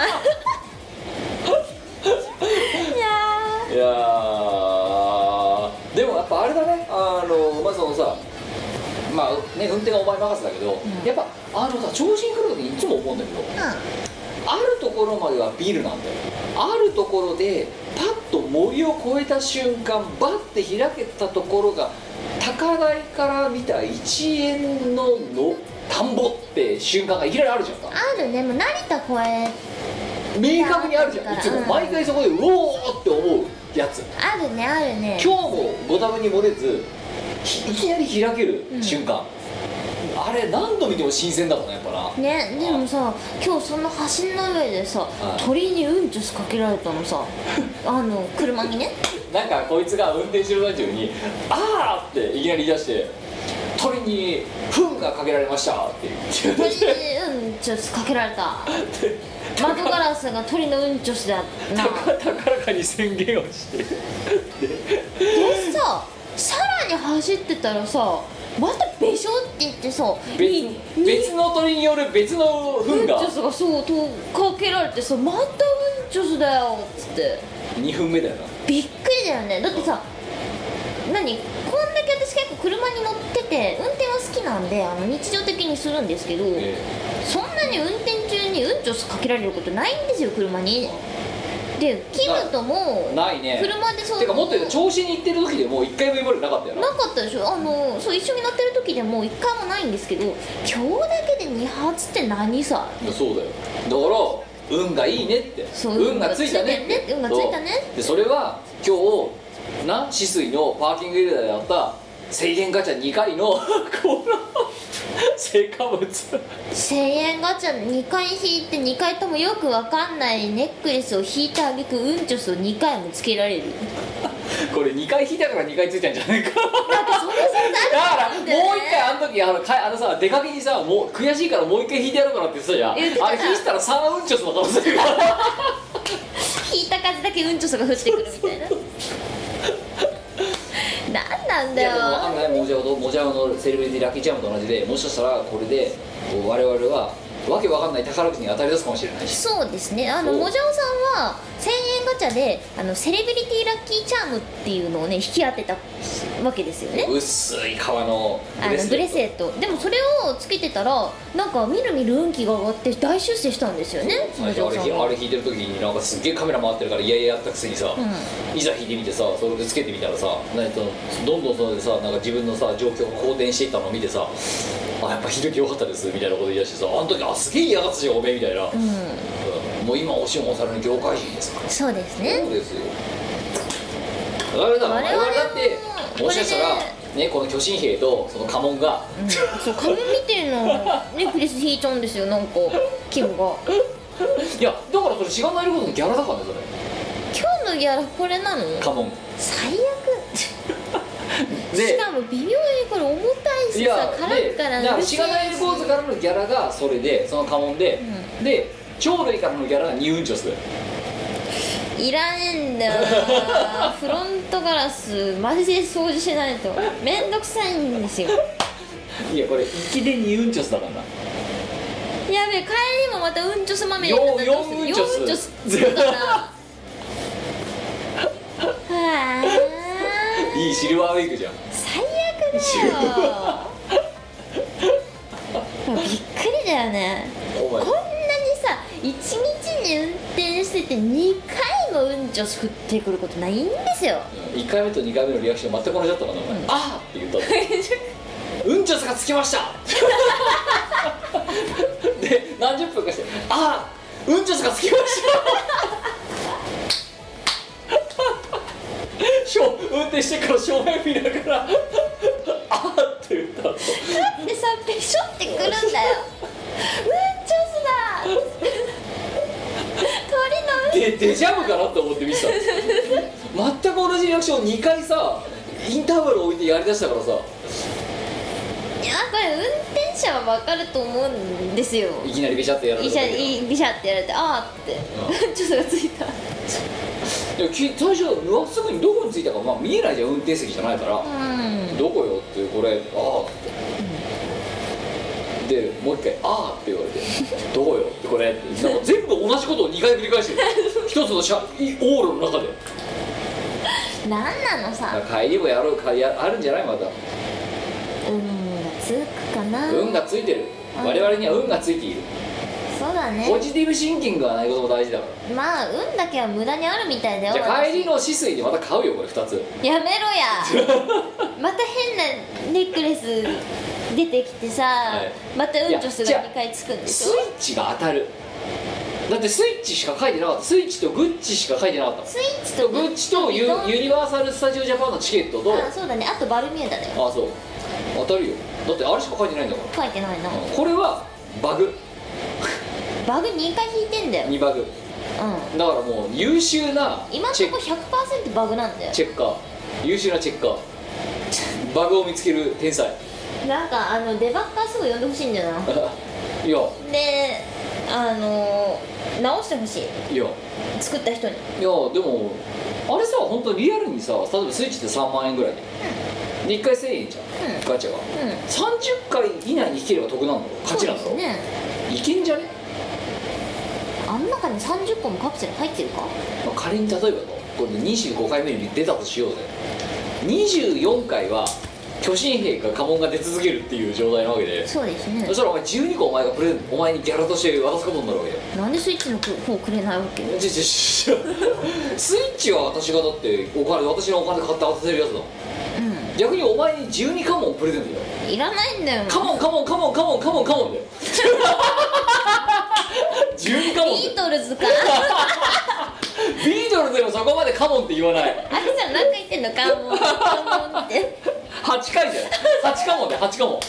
いや
いやーでもやっぱあれだねあのまあそのさまあね運転がお前任せだけど、
ん
やっぱあのさ調子に来る時にいつも思うんだけど
ー
あるところまではビルなんだよあるところでパッと森を越えた瞬間バッて開けたところが高台から見た1円のの田んぼって瞬間がいきなりあるじゃんか
あるねもう成田越え
明確にあるじゃんい
い
つ
つも
も毎回そこでうおーって思うやつ
あるねあるね
今日もご多分に漏れずひいきなり開ける瞬間、ああれ何度見ても新鮮だもんねやっぱな
ねでもさ今日その橋の上でさ
い
鳥にうんちょしかけられたのさあの車にね
なんかこいつが運転してる最中に「あー!」っていきなり言い出して「鳥に糞がかけられました」って 言って
鳥にうんちょしかけられた窓ガラスが鳥のうんちょしだ な
高高らかに宣言を して
でささらに走ってたらさまたべしょって言ってさ
別
に
別の鳥による別の
うん
糞
ち
が
ょすがそうとかけられてさまたうんちょすだよっつって
2分目だよな
びっくりだよねだってさ何こんだけ私結構車に乗ってて運転は好きなんであの日常的にするんですけど、
え
そんなに運転中にうんちょすかけられることないんですよ車にでキムとも
えないね
車でそう
てかもっと言うと調子に行ってる時でもう一回も今までなかったよ
な
な
かったでしょあのそう一緒に乗ってる時でもう1回もないんですけど今日だけで2発って何さ
いやそうだよだから運がいいねって
そう
運がついたねって
運がついたね
そうでそれは今日な止水のパーキングエリアであった制限ガチャ2回の この成果物
1000円ガチャ2回引いて2回ともよくわかんないネックレスを引いてあげくうんちょすを2回もつけられる
これ2回引いたから2回ついたんじゃないか
なんかそんな
だから
そ
も
ん
う
なあ
一回あの時あのかあのさ出かけにさもう悔しいからもう一回引いてやろうかなって言ってたじゃんあれ
言
引
っ
い
てた
たら3うんちょすの可能性がある
引いた数だけうんちょすが降ってくるみたいな何なん
い
だ
やでも分かん
よ
ないモジャオとモジャオのセレブリティラッキーチャームと同じでもしかしたらこれでこう我々はわけわかんない宝くじに当たり出すかもしれないし
そうですねあの
そう
もじゃおさんは1000円ガチャであのセレブリティラッキーチャームっていうのをね引き当てたわけですよね
薄い革の
あ
ブレ
の
ス
ブレ
レット
スレットでもそれをつけてたらなんかみるみる運気が上がって大出世したんですよねそ
最
の
初
嬢
あれ
さん
ひあ
が
れ引いてる時になんかすっげえカメラ回ってるからいやいややったくせにさ、いざ引いてみてさそれでつけてみたらさなんかそのどんどんそれでさなんか自分のさ状況が好転していったのを見てさあやっぱひどき良かったですみたいなこと言い出してさあの時あすげえ嫌がったじゃんおめえみたいな、
うん、
うんもう今おしもおさらの業界人ですから
うん、そうです
そ
ね
うですよ我々だ
我々
我
も
々だってもしかしたら
こ
ねこの巨神兵とその家紋が
うん、そう髪見てるのネックレス引いちゃうんですよなんかキムが
いやだからそれしがないことのギャラだからねそ
今日のギャラこれなの
れ家紋
最悪
で
しかも微妙にこれ重たい
い
しさ
や
辛いから
でだから
うる
シ
せ
ガ
え
ナイルコーズからのギャラがそれでその家紋で、で鳥類からのギャラがニウンチョスだよ
いらねえんだよな フロントガラスマジで掃除しないとめんどくさいんですよ
いやこれ粋でニウンチョスだからな
やべえ帰りもまたうんちょすまみれ
よ
にな
う
ったらどうする
よううんちょす
よううんちょすだからはあ
いいシルバーウィークじゃん
最悪だよびっくりだよね
お
こん
前
なにさ1日に運転してて2回もうんちょす降ってくることないんですよ
1回目と2回目のリアクション全く同じだったからなお前、あーって言ったのうんちょすがつきました で何十分かして「あーうんちょすがつきました」 しょ運転してから正面見ながら 「あーって言ったの
でさペショってくるんだよ うんちょすだ 鳥のうん
でデジャブかなと思って見てたの全く同じリアクションを2回さインターバル置いてやりだしたからさ
いやこれ運転者は分かると思うんですよ
いきなりビシャってやられ
ビ
た
シャ
だけど
いビシャってやられてあーってうんちょすがついた
いやき最初うわすぐにどこについたか、まあ、見えないじゃん運転席じゃないから、
うん
どこよってこれああって、でもう一回ああって言われてどこよってこれってなんか全部同じことを2回繰り 返してる一つの車い往路の中で
なんなのさ
帰りもやろうかやあるんじゃないまた
運がつくかな
運がついてる
うん
我々には運がついている
そうだね
ポジティブシンキングがないことも大事だか
まあ運だけは無駄にあるみたいだ
ら
よ
じゃあ帰りの止水でまた買うよこれ2つ
やめろ やまた変なネックレス出てきてさ、
はい
またうんちょす
い
が
や
2回つくんでし
スイ
ょ
ッチが当たるだってスイッチしか書いてなかったスイッチとグッチしか書いてなかったもん
スイッチ
と
と
グッチとユユニバーサル・スタジオ・ジャパンのチケットと
あそうだねあとバルミューダだよ
あそう当たるよだってあれしか書いてないんだか
書いてないな
ら、うんこれはバグ
バグ2回引いてんだよ
2バグ
う
だからもう優秀なん
今んと
チェ
こ100%バグなんだよ
チェッカー優秀なチェッカーバグを見つける天才
なんかあのデバッカーすぐ呼んでほしいんだよない
や
であの直してほしい
いや
作った人に
いやでもあれさ本当リアルにさ例えばスイッチって3万円ぐらいでで1回1000円じゃん
うん
ガチャが
うん
30回以内に引ければ得なんだろ勝ちなんだ
そう
ろ、
ですね
いけんじゃね、
あん中に30個もカプセル入ってるか
まあ、仮に例えばだこれで25回目に出たとしようぜ24回は巨神兵か家紋が出続けるっていう状態なわけで
そうですね
そしたらお前12個お前がプレゼントお前にギャラとして渡すことになるわけよ
なんでスイッチの方くれないわけ
ちょちょちょスイッチは私がだってお金私のお金で買って渡せるやつだ
う
逆にお前に12カモンプレゼントだよ
んいらないんだよ
カモンカモンカモンカモンカモンカモンだよ12カモンだ
ビ
よ
ートルズか
ビートルズでもそこまでカモンって言わない
あれさん何回言ってんのカモンカモンって
8回じゃない8カモンで8カモンこ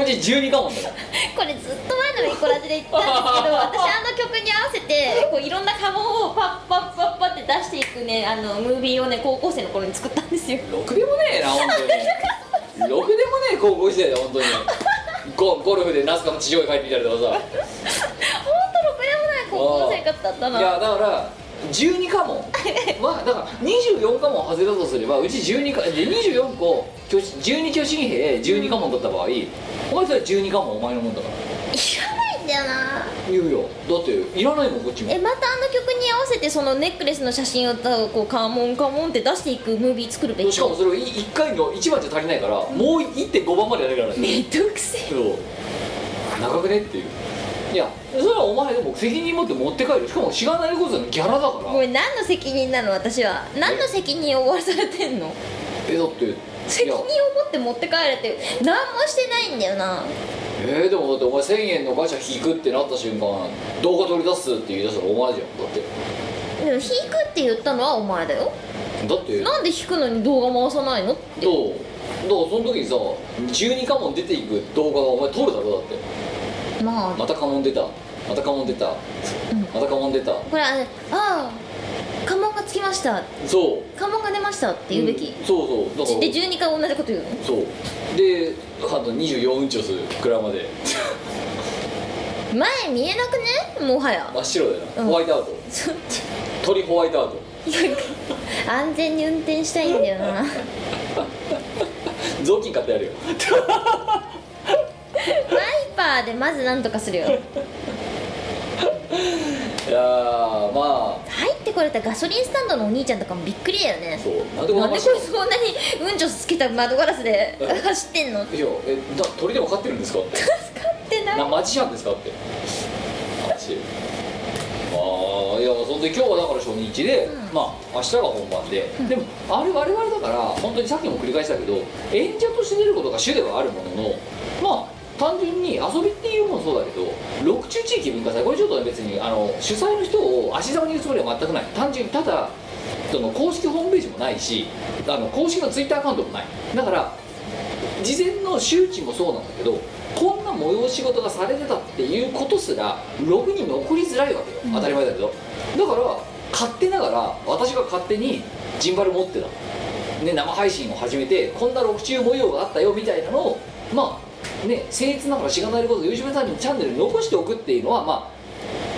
っち12カモンだよ
これずっと前のミコラジで言ったんです けど私あの曲に合わせてこういろんなカモンをパッパッパッパッって出していくねあのムービーをね高校生の頃に作ったん ですよ
ろくでもねえな本当にろくでもねえ高校時代だよ本当にゴゴルフでナスカの地上へ帰ってきたりとかさ
本当ろくでもない高校生活だった
いや
な
だから12カモンはだから24カモン外れたとすればうち12かで24個巨神12巨神兵12カモン取った場合、お前それ12カモンお前のもんだから
いらないんだよない
やいやだっていらないもんこっちも
えまたあの曲に合わせてそのネックレスの写真をこうカモンカモンって出していくムービー作るべき
しかもそれを1回の1番じゃ足りないから、もう1.5番までやるからね
めんどくせえ
そう長くねっていういやそれはお前でも責任持って持って帰るしかもしがないことのギャラだから
ごめん何の責任なの私は何の責任を負わされてんの
えだって
責
い
任
や
を持って持って帰れって何もしてないんだよな
えー、でもだってお前1000円のガチャ引くってなった瞬間動画取り出すって言い出したらお前じゃんだって
でも引くって言ったのはお前だよ
だって
なんで引くのに動画回さないのって
どうどうその時にさ12カモン出ていく動画がお前撮るだろだって
まあ
またカモン出たまたカモン出た
うん
またカモン出た
これあれああカモンがつきました
そう
カモンが出ましたって言うべき、
うんそうそうだから
で12回同じこと言うの
そうであと24ウンチをする蔵まで
前見えなくねもはや
真っ白だよな、
うん
ホワイ トアウト
ちょっ
鳥ホワイトアウト
と安全に運転したいんだよ な
雑巾買ってやるよ
ワイパーでまずなんとかするよ
いやーまあ
入ってこれたガソリンスタンドのお兄ちゃんとかもびっくりだよね
そうなんでこん
な
なん
で
真
こ
っ白
れそんなにうんちょつけた窓ガラスで
うん
走ってんの
いやえだ鳥でも飼ってるんですか
ってな
なマジシャンですかってマジああいやそんで今日はだから初日で、
うん
まあ明日が本番で、
ん
でもあれ我々だから本当にさっきも繰り返したけど演者として出ることが主ではあるもののまあ単純に遊びっていうもそうだけど六中地域文化祭これちょっとね別にあの主催の人を足ざまに言うつもりは全くない単純にただその公式ホームページもないしあの公式のツイッターアカウントもないだから事前の周知もそうなんだけどこんな催し事がされてたっていうことすらログに残りづらいわけよ、
うん
当たり前だけどだから勝手ながら私が勝手にジンバル持ってた、ね、生配信を始めてこんな録中模様があったよみたいなのをまあね僭越ながらしがないことを YouTube さんにチャンネルに残しておくっていうのはま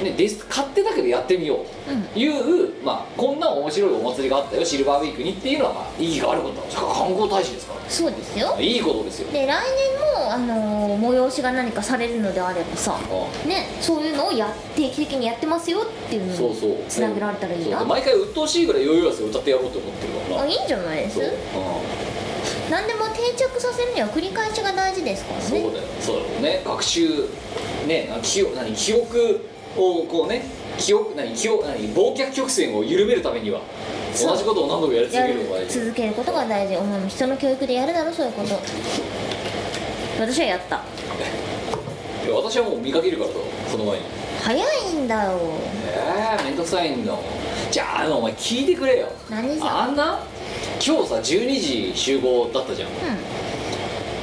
あねです勝手だけどやってみよう
うん
いう、まあ、こんな面白いお祭りがあったよシルバーウィークにっていうのは、まあ、意義があることなんですから観光大使ですか
そうですよ
らいいことですよ
で来年も、あのー催しが何かされるのであればさ
あ
ねそういうのをや定期的にやってますよっていうの
そうそう
につなげられたらいいな
そう毎回鬱陶しいぐらい余裕汗を歌ってやろうと思ってるから
あ
ない
いんじゃないです
そう、うん、
何でも定着させるには繰り返しが大事ですから
そうだ
ね
よそうだよね学習ねあ記憶何記憶をこうね記憶何記憶何忘却曲線を緩めるためには
そう
同じことを何度もやり続
や
け
る
るのが大事
続けることが大事お前も人の教育でやるだろそういうこと私はやった
いや私はもう見かけるからとその前に
早いんだよ
ええー、めんどくさいんだもんじゃああのお前聞いてくれよ
何さ
あんな今日さ12時集合だったじゃん
う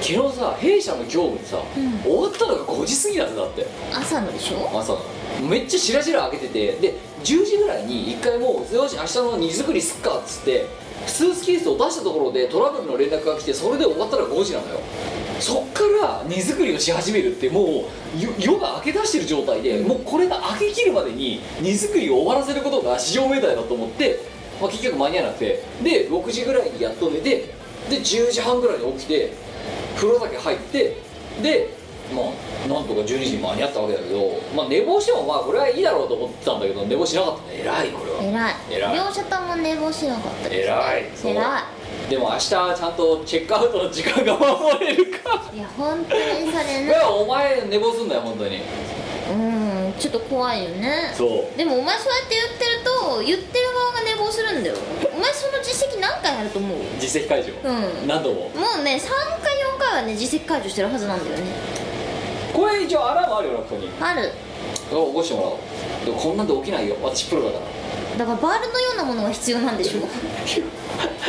昨日さ弊社の業務にさ、
うん
終わったのが5時過ぎなんだって
朝のでしょ
朝のめっちゃしらしら開けててで10時ぐらいに一回もうよし明日の荷造りすっかっつってスーツケースを出したところでトラブルの連絡が来てそれで終わったら5時なのよそっから荷造りをし始めるってもうよ夜が明け出してる状態でもうこれが明けきるまでに荷造りを終わらせることが至上命題だと思って、まあ、結局間に合わなくてで6時ぐらいにやっと寝てで10時半ぐらいに起きて風呂だけ入ってでまあなんとか12時に間に合ったわけだけど、まあ、寝坊してもまあこれはいいだろうと思ってたんだけど寝坊しなかったね偉いこれは
偉い
偉い
両者とも寝坊しなかったです
偉いそう
偉
でも明日ちゃんとチェックアウトの時間が守れるか
いいや本当にそれ
い
な
やお前寝坊すんなよ本当に
うんちょっと怖いよね
そう
でもお前そうやって言ってると言ってる側が寝坊するんだよお前その実績何回あると思う
実績解除、
うん
何度
も
も
うね3回4回はね実績解除してるはずなんだよね
これ一応アラームあるよなここに
ある
起こしてもらおうでもこんなんで起きないよ私プロだから
だからバールのようなものが必要なんでしょ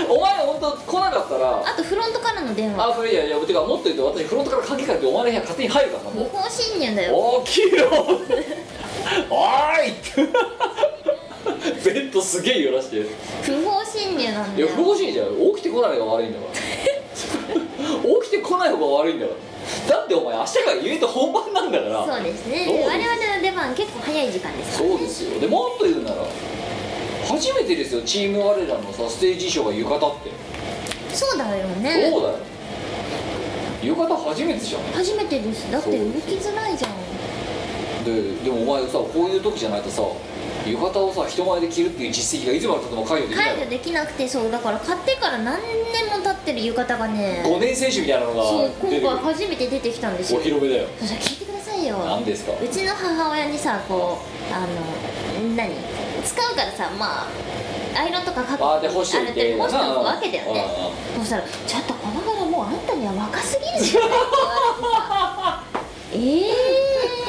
お前本当来なかったら
あとフロントからの電話
あそれいやいやてかもっと言うと私フロントから鍵かけてお前の部屋勝手に入るからなも
不
う
法侵入だよ
起きろおーいってベッドすげえ揺らしてる
不法侵入なん
い
だ
や
よ
不法侵入じゃん起きてこないのが悪いんだ から起きてこない方が悪いんだからだってお前明日が言えと本番なんだから
そうですね
そうです
我々の出番結構早い時間ですから
そうですよでもっと言うなら初めてですよチーム我らのさステージ衣装が浴衣って、
そうだよ
そ
ね
うだよ浴衣初めてじゃん
初めてですだって動きづらいじゃん
ででもお前さこういう時じゃないとさ浴衣をさ人前で着るっていう実績がいつまでたっても関与できない
解除できなくてそうだから買ってから何年も経ってる浴衣がね
5年選手みたいなの
そ
が
う
出て
今
く
回初めて出てきたんです
る
よ
お披露目だよ
それ聞いてくださいよ
何ですか
うちの母親にさこうあの何使うからさまあアイロンとかかけ
あーで干しておいて
ある程度干しておくわけだよね
うんう
そ
ん
したら「ちょっとこの柄もうあんたには若すぎる じゃん」って言われてさえ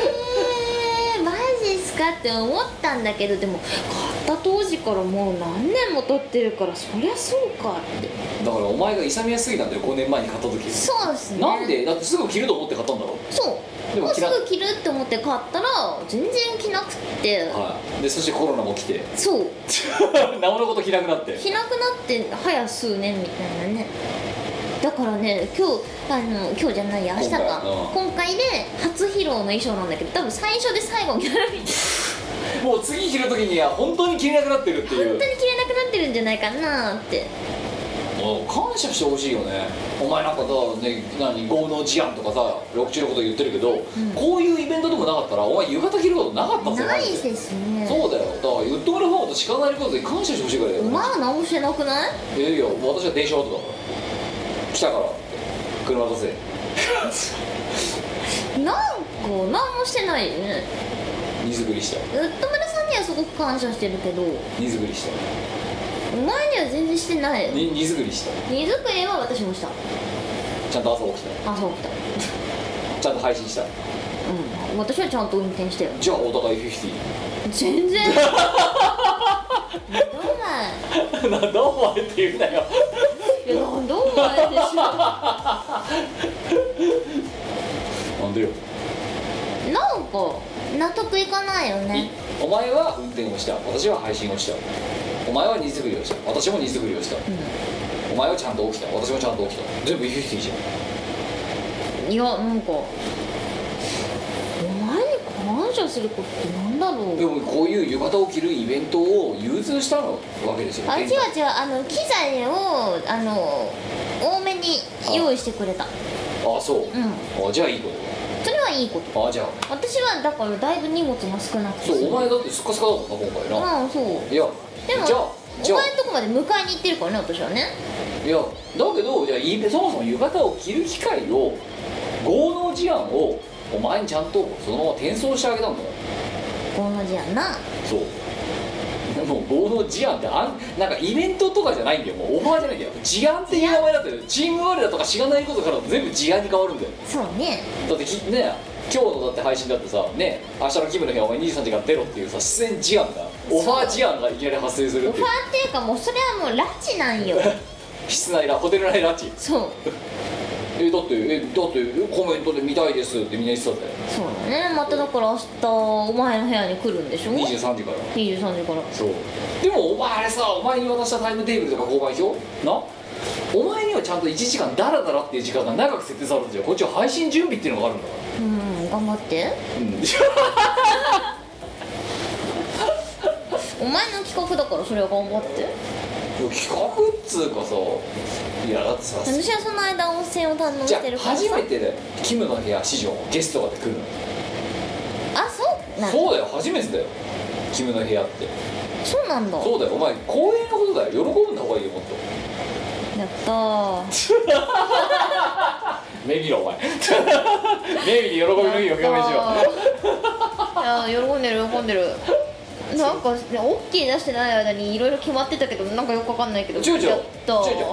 ーマジっすかって思ったんだけどでも買った当時からもう何年も経ってるからそりゃそうかって
だからお前が勇みやすすぎたんだよ5年前に買った時
そうですね
なんでだってすぐ着ると思って買ったんだろ
そう
でも
もう
着
す
な
ぐ着るって思って買ったら全然着なくって、
はいでそしてコロナも来て
そう
なおのこと着なくなって
着なくなって早数年みたいなねだからね今日あの今日じゃないや明日か
今回うん
今回で初披露の衣装なんだけど多分最初で最後になるみたいな
もう次着る時には本当に着れなくなってるってい
本
う
当に着れなくなってるんじゃないかなって
もう感謝してほしいよねお前なんかさ、ね、何豪農事案とかさ六中のこと言ってるけど、
ん
こういうイベントでもなかったらお前浴衣着ることなかったぞ
ない
マジで
ですね
そうだよだから言ってもらう方と叱られることに感謝してほしいからだよ
お前は何もしてなくない
いやいや私は電車後だから来たからって車出せ
なんか何もしてないよね
荷造りした
ウッド村さんにはすごく感謝してるけどお
荷造りした
前には全然してないよ
に荷造りした
荷造りは私もした
ちゃんと朝起き
あそう来た
たちゃんと配信した
うん私はちゃんと運転したよ
じゃあお互いフィフティ
全然どうなん
なんだお前って言うなよ
いやなんでお前でしょ
なんでよ
なんか納得いかないよね
お前は運転をした私は配信をしたお前は荷造りをした私も荷造りをした
う
お前はちゃんと起きた私もちゃんと起きた全部フィフティじゃん
んいやなんかお前に感謝することってなんだろ
で
う
もこういう浴衣を着るイベントを融通したのわけですよ
あ違う違うあの機材をあの多めに用意してくれた
あそう、
ん
あじゃあいいこ
それはいいこと
とあじゃあ
私はだからだいぶ荷物が少なくて
そうお
う
前だってすっかすかだもんな今回な、
んそう
いや
でも
じゃあじ
お
ゃあ
前のとこまで迎えに行ってるからね私はね
いやだけどじゃあいいそもそも浴衣を着る機会を豪農事案をお前にちゃんとそのまま転送してあげたんだよ
この字やんな
そうでもう豪農事案ってあんなんかイベントとかじゃないんだよもうオファーじゃないんだよ事案っていう名前だったよチーム我らとか知らないことから全部事案に変わるんだよ
そうね
だってきね今日のだって配信だってさね明日の勤務の日はお前23時から出ろっていうさ出演事案がオファー事案がいきなり発生する
オ
っ
フ
て
ァ
いう
ー っていうかもうそれはもう拉致なんよ
室内らホテル内拉致
そう
えだってえだってコメントで見たいですってみんな言ってたんだよ
そうだねまただから明日お前の部屋に来るんでしょ23
23時から
時から
そうでもお前あれさお前に渡したタイムテーブルとか交番表なお前にはちゃんと1時間ダラダラっていう時間が長く設定されてるじゃんこっちは配信準備っていうのがあるんだから
うん頑張って
う
お前の企画だからそれは頑張って
ん企画っつうかさいやだってさ
私はその間温泉を堪能
じ
し
ゃ
てる
あ
からさ
初めてだよキムの部屋史上ゲストが来るの
あそうなん
そうだよ初めてだよキムの部屋って
そうなんだ
そうだよお前公演のことだよ喜ぶんだ方がいいよもっと
やったー
目見ろお前 目見て喜びの意を表明しよう
いや喜んでる喜んでるなんか大きい出してない間にいろいろ決まってたけどなんかよくわかんないけど
ちょいちょい
やったー
ちょいちょい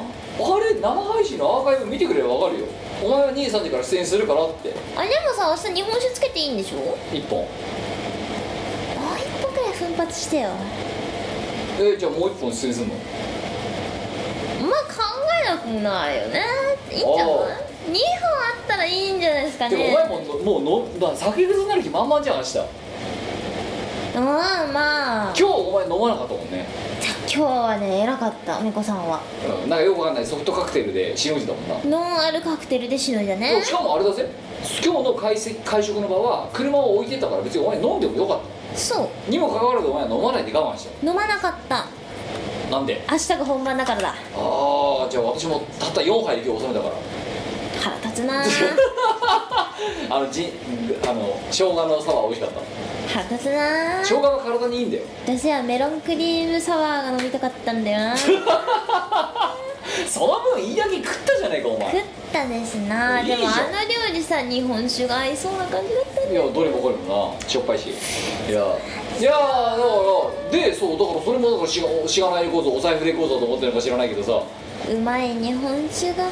あれ生配信のアーカイブ見てくればわかるよお前は兄さん時から出演するからって
あれでもさ明日日本酒つけていいんでしょもう
1本
一歩くらい奮発してよ
えじゃあもう1本出演するの
まあ考えなくもないよねいいんじゃない2
あー
本あったらいいんじゃないですか
て
ね
かお前ものもうのだ酒くずになる気満々じゃん明日
うんまあ
今日お前飲まなかったもんね、
今日はね偉かった美子さんは
うん、なんかよくわかんないソフトカクテルでしのいだもんな、
ノンアルカクテルでしのいだ
でも
ね
しかもあれだぜ今日の会席会食の場は車を置いてったから別にお前飲んでもよかっ
そ
たにもかかわらずお前は飲まないで我慢し
う飲まなかった
たなんで
明日が本番だからだ
ああじゃあ私もたった4杯で今日収めたから
腹立つなー
あのじあの生姜のサワー美味しかった
腹立つな
生姜
ー
は体にいいんだよ
私はメロンクリームサワーが飲みたかったんだよ な食
その分いいだけ食ったじゃねえかお前
ったですなー
いいじ
で
ゃん
もあの料理さ日本酒が合いそうな感じだったね
いやどれもこれもなしょっぱいしいやいやだからでそうだからそれもだからしがしがないレコードお財布レコードだと思ってるのか知らないけどさ
うまい日本酒がね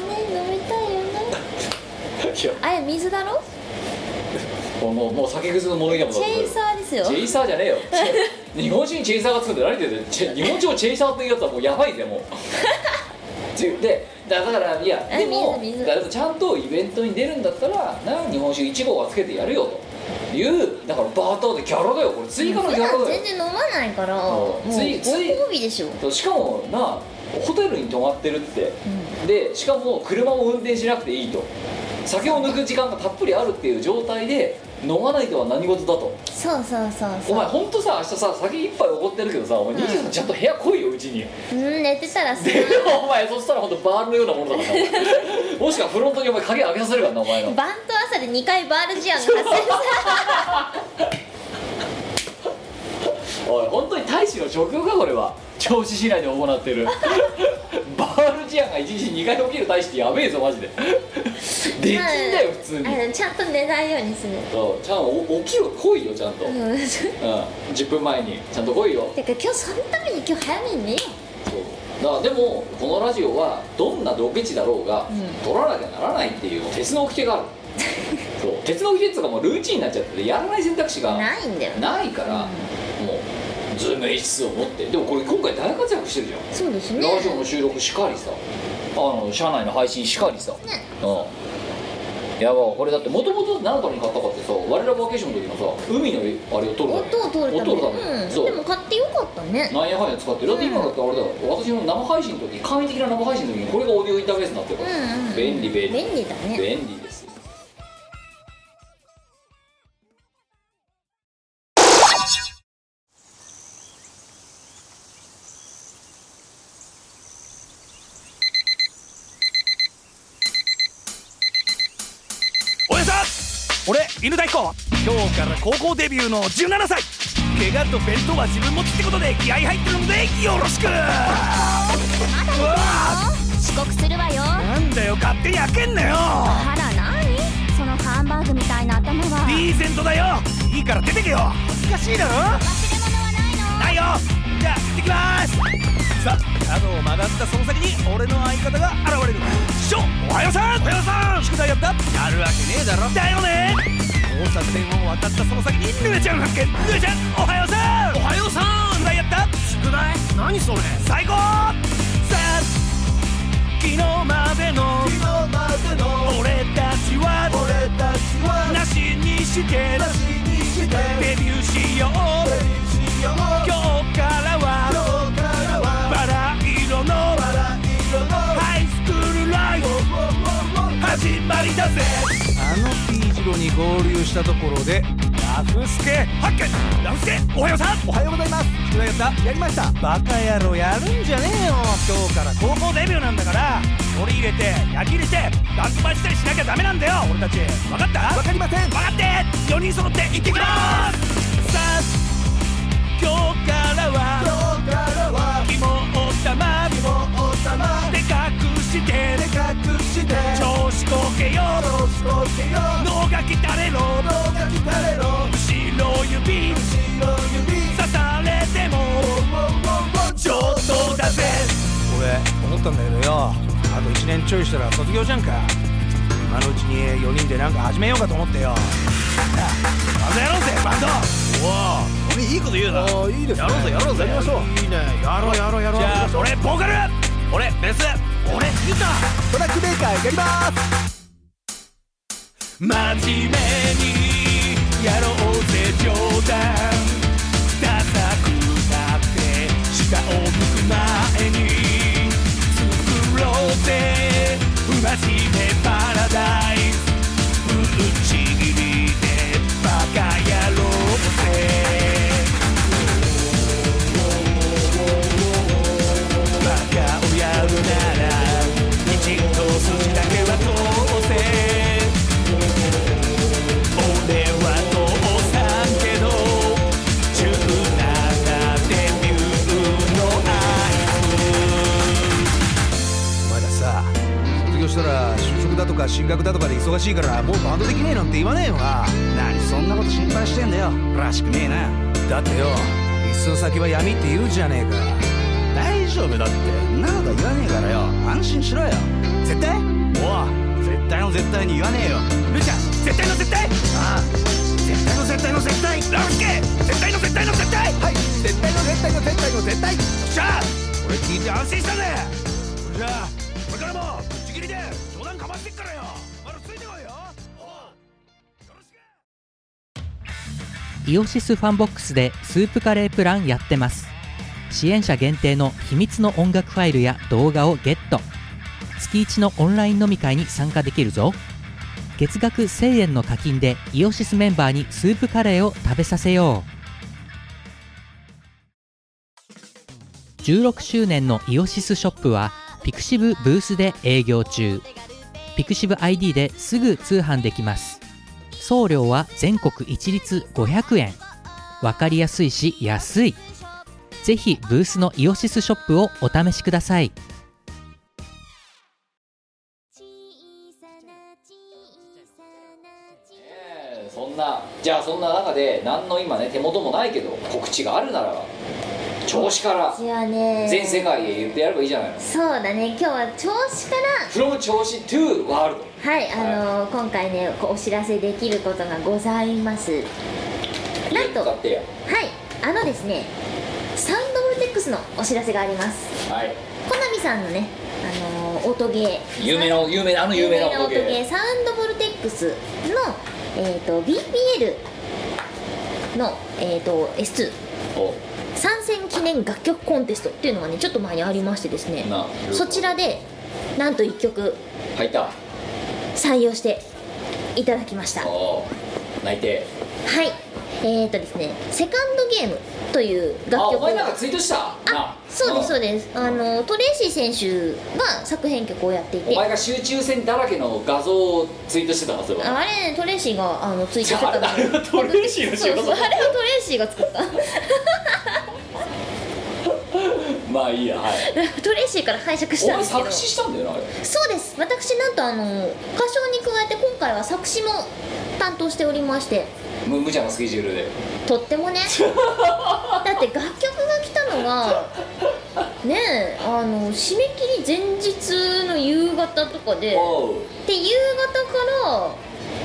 飲みたいよね
いや
あれ水だろ
もうもうもう酒くずの物言いだもん
チ
だって
ェイサーですよ
チェイサーじゃねえ よチェ日本人にチェイサーがつくんで何言ってんだよチェ日本人をチェイサーって言うやつはもうやばい ぜもうちゅでだだからいや
え
でも
水水
だからちゃんとイベントに出るんだったらな日本酒1号はつけてやるよというだからバーターでギャラだよこれ追加のギ
普
ャラだ
段
よ
全然飲まないからもうご
ついつい
褒美でしょ、
そうしかもなホテルに泊まってるって
うん
でしかも車を運転しなくていいと酒を抜く時間がたっぷりあるっていう状態で飲まないとは何事だと
そうそうそう
お
そう
前本当さ明日さ酒一杯おごってるけどさお前
うん
兄さんちゃんと部屋来いようちに、
うん寝てたらさ
でお前そしたら本当バールのようなものだからな お前もしくはフロントにお前鍵開けさせるからなお前の
バンと朝で2回バール事案が発生さ
おい本当に大使の職業かこれは調子市内で行ってるバール事案が1日2回起きる大使ってやべえぞマジで できんだよ普通に
あのちゃんと寝ないようにする
そうちゃんとお起きろ来いよちゃんと、
う
う
ん
ん10分前にちゃんと来いよ
てか今日そのために今日早めに寝よ
そうだからでもこのラジオはどんなロケ地だろうが、
うん
撮らなきゃならないっていう鉄の 掟があるそう鉄の掟っていうかもうルーチンになっちゃっててやらない選択肢
う
が
ないんだよ
ないから、
うん
もうズーム演出を持ってでもこれ今回大活躍してるじゃん
そうですね
ラジオの収録しかりさあの社内の配信しかりさ、うんやばいこれだってもともと何のために買ったかってさ我らバケーションの時のさ海のあれを撮る
音
た
を取るため
音を撮るため
うん
そう
でも買ってよかったね
なんやかんや使ってるだって今だってあれだよ私の生配信の時簡易的な生配信の時にこれがオーディオインターフェースになってる
う
か
ん
ら、
うん
便利便利
便利だね
便利ですよ
親さん俺犬大彦今日から高校デビューの17歳怪我と弁当は自分持ちってことで気合入ってるのでよろしく
まだ
うわ
遅刻するわよ
なんだよ勝手に開けんなよ
あら何そのハンバーグみたいな頭は
リーゼントだよいいから出てけよ恥ずかしいだろ
忘れ物はないの
ないよじゃあ行ってきますさあ角を曲がったその先に俺の相方が現れる師匠おはようさんおはようさん宿題やったやるわけねえだろだよね交差点を渡ったその先にぬえちゃん発見ぬえちゃんおはようさんおはようさん宿題やった宿題何それ最高さあ昨日までの昨日までの俺して
なしにして
デビューしよう
デビューしよう今日
今日からは
からは
バラ色の
バラ色の
ハイスクールライフ始まりだぜ
あの P 字路に合流したところで
ラフスケ発見ラフスケおはようさん
おはようございます宿題やったやりましたバカ野郎やるんじゃねえよ今日から
高校デビューなんだから取り入れて焼き入れてダンスしたりしなきゃダメなんだよ俺たち分かった
わかりません
分かって4人揃って行ってきますさあ今日からは
今日からは
肝を玉
もう王様
で隠して
で隠して
調子こけよ
調子こけよ
脳がきたれろ
脳が来たれろ
後ろ指
白指
刺されても上等だぜ
俺思ったんだけどよあと1年ちょいしたら卒業じゃんか今のうちに4人でなんか始めようかと思ってよ
バンドやろうぜバンドおお俺いいこと言うな
あいいです
やろうぜやろうぜ
やりましょういいねやろうやろうやろう
じゃあ俺ボーカル俺ベース俺ギター
トラックメーカーやります
真面目にやろうぜ冗談ダサくなって下を向く前に作ろうぜ不真面目パラダイスぶっちぎりでバカ野郎ぜバカをやるなら一度筋だけは通せ俺は父さんけど17デビューの合
お前らさ卒業したら就職だとか進学だとかで忙しいからもうバンドできねえなんて言わねえよな
何そんなこと心配してんだよらしくねえな
だってよ一寸先は闇って言うじゃねえか
大丈夫だってんなこと言わねえからよ安心しろよ絶対おう絶対の絶対に言わねえよルちゃん
絶対の絶対
ああ絶対の絶対の絶対
ラウスケ絶対の絶対の絶対
はい絶対の絶対の絶対の絶対
よっしゃ俺聞いて安心したぜそれじゃあこれからもぶっちぎりで冗談かましてっからよお前らついてこいよおうよろしく
イオシスファンボックスでスープカレープランやってます支援者限定の秘密の音楽ファイルや動画をゲット月1のオンライン飲み会に参加できるぞ月額1000円の課金でイオシスメンバーにスープカレーを食べさせよう16周年のイオシスショップはピクシブブースで営業中ピクシブ ID ですぐ通販できます送料は全国一律500円わかりやすいし安いぜひブースのイオシスショップをお試しください
えーそんなじゃあそんな中で何の今ね手元もないけど告知があるなら調子から
じゃあね
全世界へ言ってやればいいじゃないの
そうだね今日は調子から
from 調子 to ワールド
はいあのー今回ねこうお知らせできることがございますなんと
使
は
ってや
いあのですねサウンドボルテックスのお知らせがあります
はい
コナミさんのねあのー音ゲー
有名な有名なあの有
有名
名な
な
音
音ゲ
ゲ
ーサウンドボルテックスの、えー、と BPL の、えー、と S2
ーを
参戦記念楽曲コンテストっていうのがねちょっと前にありましてですね
な
そちらでなんと1曲
入った
採用していただきましたは
お泣いて
いえー、とですね「セカンドゲーム」という楽曲
あ
を
お前なんかツイートしたな
あそうですそうですあのトレイシー選手が作編曲をやってい
お
て
前が集中戦だらけの画像をツイートしてたはず
あ
は
あれねトレーシーがあのツイートしてたの
あれはトレーシーの仕事
そうそうあれはトレーシーが作った
まあいいやはい
トレーシーから拝借し
お
たん
前
ですけど
作詞したんだよなあれ
そうです私なんとあの歌唱に加えて今回は作詞も担当しておりまして
む無茶なスケジュールで
とって もねだって楽曲が来たのがねえあの締め切り前日の夕方とかで
おう
で夕方か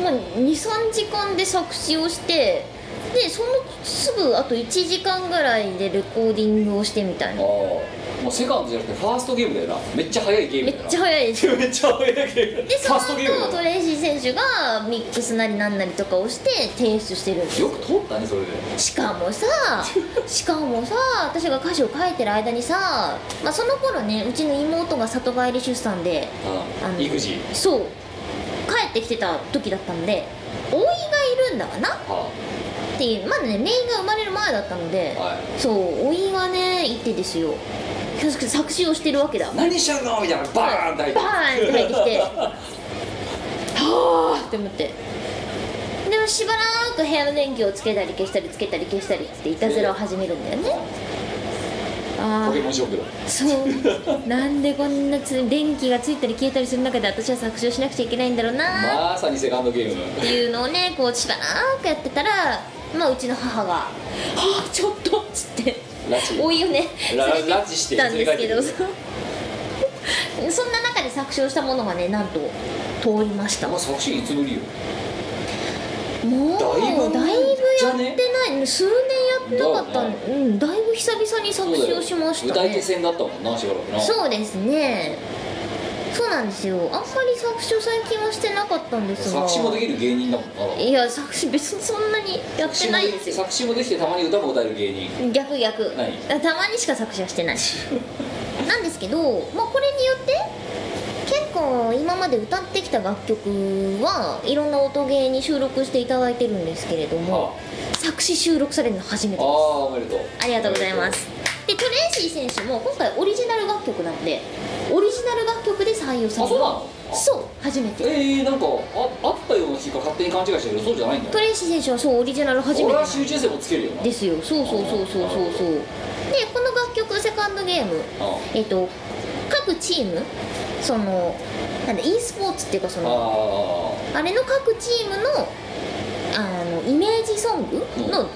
ら、まあ、23時間で作詞をしてでそのすぐあと1時間ぐらいでレコーディングをしてみたいな
おうもうセカンドじゃなくてファーストゲームだよなめっちゃ速いゲー
め
ムだよ
っ
な
ちゃ速いでしょ
めっちゃ速いゲーム
で
フ
そ
ァ
の
ーストゲーム
後ト
だよ
レイシー選手がミックスなりなんなりとかをして提出してるんです
よく通ったねそれで
しかも さしかもさ私が歌詞を書いてる間にさ、まあ、その頃ねうちの妹が里帰り出産であの
育児
そう帰ってきてた時だったんで甥がいるんだわなっ
は
ていうまだねメインが生まれる前だったので、
はい
そう甥がねいてですよ作詞をしてるわけだ
あ何してんのみたいなバーンって入っ
バ
て
ーンって入ってきてはあって思ってでもしばらく部屋の電気をつけたり消したりつけたり消したりっていたずらを始めるんだよねあ
ポケモンショックだ
あそうなんでこんなつ電気がついたり消えたりする中で私は作詞をしなくちゃいけないんだろうなっ
まさにセカンドゲーム
ていうのをねこうしばらくやってたらまあうちの母が「はあちょっと」っつって
拉致
多いよね
ラ
連れ
拉致して
きたんですけど
連れ帰って
そうそんな中で作詞をしたものがねなんと通りました
ま
も
あ
う
作詞いつぶりよ
だいぶ
だいぶ
やってない数年やってなかった
だよ
うんだいぶ久々に作詞をしました
歌い
ね
手戦だったもんなしばらくな
そうですねそうなんですよあんまり作詞を最近はしてなかったんですが
作詞もできる芸人だもんない
や作詞別にそんなにやってないですよ
作詞もできてたまに歌も歌える芸人
逆逆
何
たまにしか作詞はしてないなんですけど、まあ、これによって結構今まで歌ってきた楽曲はいろんな音ゲーに収録していただいてるんですけれども作詞収録されるの初めて
ああ
です
おめでとう
ありがとうございますでトレイシー選手も今回オリジナル楽曲なんでオリジナル楽曲で採用される
あそうなのあ
そう初めて
えー、なんかああったような気が勝手に勘違いしてるけどそうじゃないんだ
トレイシー選手はそうオリジナル初めて
俺
なん
は
です
集中性もつけるよな
ですよそうそうそうそうそうそうでこの楽曲セカンドゲーム
あ
えっと各チームそのなんだ e スポーツっていうかそ
あ
の
あ
あれの各チームのあのイメージソング
うん
の項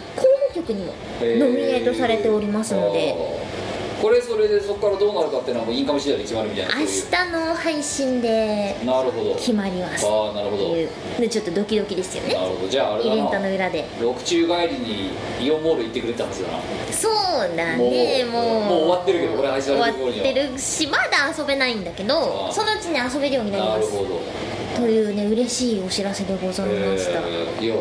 目曲にも
ー
ノミネートされておりますので
あーこれそれでそこからどうなるかっていうのはもうインカム次第で決まるみたいな
明日の配信で
日なるほど
決まりますっ
ああなるほ
て
ど
いうでちょっとドキドキですよね
なるほどじゃああれ
イベン
だ
ト
な
の裏で
六中帰りにイオンモール行ってくれたんですよな
そうだね
も
も
う
う
もう終わってるけど俺始
終
ま
わ
る頃には
ってるしまだ遊べないんだけ
あ
ど
ー
そのうちに遊べるようになり
な
ま
る
す
ほど
というね嬉しいお知らせでございました、
えーいや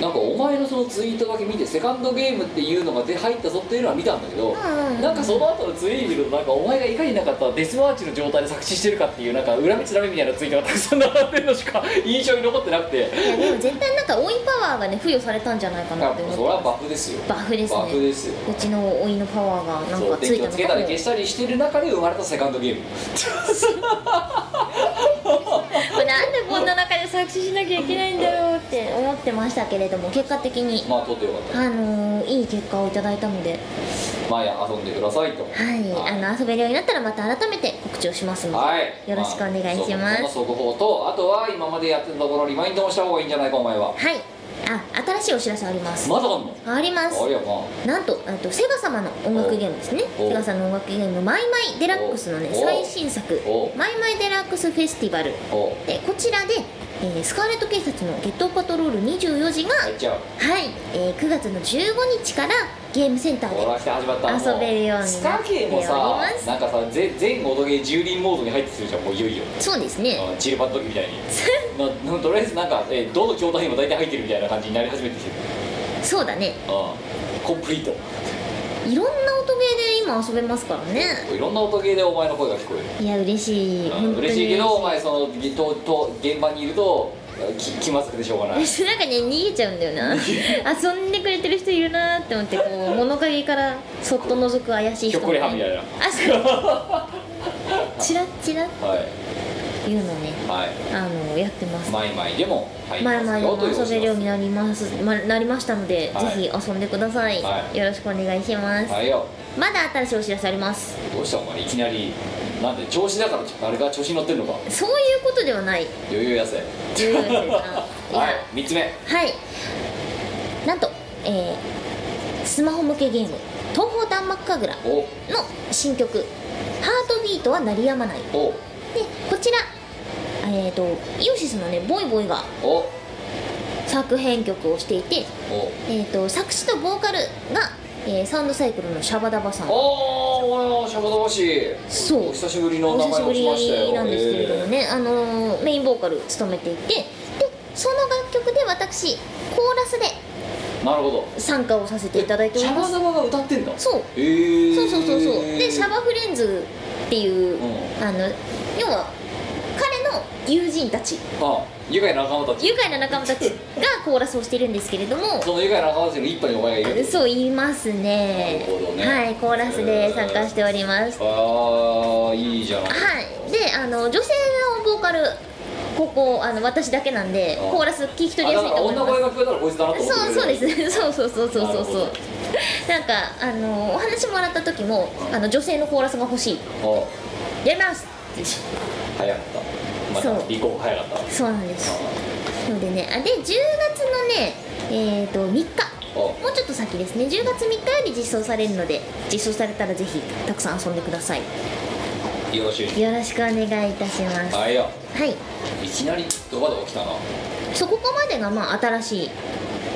なんかお前のそのツイートだけ見てセカンドゲームっていうのがで入ったぞっていうのは見たんだけど、
んうん
なんかその後のツイート見るとなんかお前がいかになかったデスマーチの状態で作詞してるかっていうなんか恨みつらみみたいなツイートがたくさん並んでるのしか印象に残ってなくて
いやでも絶対なんか老いパワーがね付与されたんじゃないか
な
なんって
か
思
それは
って
バフですよ
バフですね
バフですよ
うちの老いのパワーがなん
そう
かつ
電
い
気
た
を
の
つけた
か
り
も
消したりしてる中で生まれたセカンドゲ ーム
これなんでこんな中で作詞しなきゃいけないんだよって思ってましたけれども結果的に
まあ撮ってよかった
あのーいい結果をいただいたので
まあいや遊んでくださいと
はいあの遊べるようになったらまた改めて告知をしますので、
はい
よろしくお願いし
まあ
ます
そこの速報とあとは今までやってたところリマインドもした方がいいんじゃないかお前は
はいあ新しいお知らせあります
まだあんの
あります
ありゃまあ
なんとあとセガ様の音楽ゲームですね
お
セガさんの音楽ゲーム「マイマイデラックス」のね
お
最新作
お
「マイマイデラックスフェスティバル
お」
でこちらで、えースカーレット警察の「ゲットパトロール24時が」
入っちゃう
はい、えー9月の15日からゲームセンター
ほ
で
ら来て始まった
遊べるようになって
スカ系も
お
さ
ります
なんかさぜ全オドゲー蹂躙モードに入ってするじゃんもういよいよ
そうですね
あのジルバの時みたいにななとりあえずなんか、えーどの筐体にも大体入ってるみたいな感じになり始めてきてる
そうだね
あコンプリート
いろんな音ゲーで今遊べますからね
いろんな音ゲーでお前の声が聞こえる
いや嬉しい
あ
本当に
嬉しいけどお前そのぎとと現場にいるとき気まずくてしょうがない
私なんかね逃げちゃうんだよな遊んでくれてる人いるなーって思ってこ う物陰からそっと覗く怪しい
ひ
人
ょっこりはんみたいな
あそうチラッチラッ
はい
っていうのをね
はい
あのやってます
マイマイでも入りま
前
す
々
よ
も
というお知ら
遊
せ
べるようになります、ま、なりましたので、
はい
ぜひ遊んでください、
はい
よろしくお願いします、
はいよ
まだ新しいお知らせあります
どうしたお前いきなりなんで調子だからあれが調子に乗ってるのか
そういうことではない
余裕やせ
重要ですね
は
はい
3つ目
はいなんと、えースマホ向けゲーム「東方弾幕神楽」
お
の新曲「ハートビートは鳴り止まない」で
お
こちらえっ、とイオシスのねボイボイが
おお
作編曲をしていて、えー、と作詞とボーカルが、えーサウンドサイクルのシャバダバさん
おおーシャバ魂
そう
お久しぶりの
お
名前
久
をしまし
したぶ
よ
りなんですけれどもね、あのーメインボーカル務めていてでその楽曲で私コーラスで
えーなるほど
参加をさせていただいており
シャ
ま
バ
す
ザバが歌ってんだ
そう
へー
そうそうそうそうでシャバフレンズっていう、
う
あの要は彼の友人たち
あ愉快な仲間たち
愉快な仲間たちがコーラスをしているんですけれども
その愉快な仲間たちの一派にお前がいる
そう言いますね
なるほどね
はいコーラスで参加しております
ああいいじゃない
はいであの女性のボーカルここあの私だけなんで
あ
コーラス聞き取り
あ
や
だ
す
か
い
ら
と思い
女
ます
声が聞こえたらこいつだなと思って
そう
く
そう
れる
です そうそうそうそうそうそう
なるほ
なんかあのお話もらった時もあの女性のコーラスが欲しい
あ
やります
早かったまた
そう
離婚早かったあ
そうなんですのでねあで10月のねえっ、と3日
あ
もうちょっと先ですね10月3日より実装されるので実装されたらぜひたくさん遊んでください
よろしい
よろしくお願いいたしますは
あいや
い
いきなりドバドバ来たな
そここまでがまあ新しい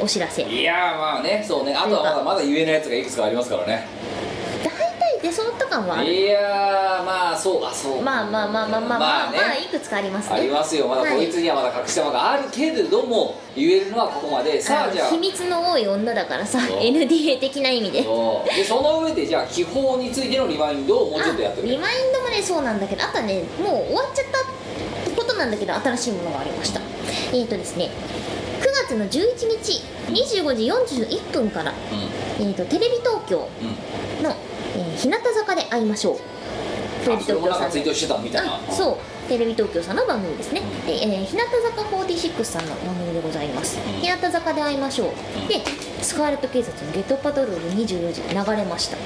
お知らせ
いやーまあねそうねあとはまだまだ言えないやつがいくつかありますからね
大体出揃った感はある
いやーまあそうあそう
まあまあまあまあまあまあ
ね
まあいくつかありますね
ありますよまだこいつにはまだ隠し玉があるけれども言えるのはここまでさあ
の
じゃあ
秘密の多い女だからさ
そう
NDA 的な意味で
そうでその上でじゃあ基本についてのリマインドをもうちょっとやって
あ
み
リ
る
マインドもねそうなんだけどあとはねもう終わっちゃったことなんだけど新しいものがありましたえっ、とですね9月の11日25時41分から、えー、とテレビ東京
うんうん
の、えー日向坂で会いましょうテレビ
あそ
東
れも
京
なん
さ
か
ん
ツイー
の
トしてたみたいな
あそうテレビ東京さんの番組ですねで、えー日向坂46さんの番組でございます、
ん
日向坂で会いましょう、
ん
でスカーレット警察の「ゲットパトロール24時」流れましたね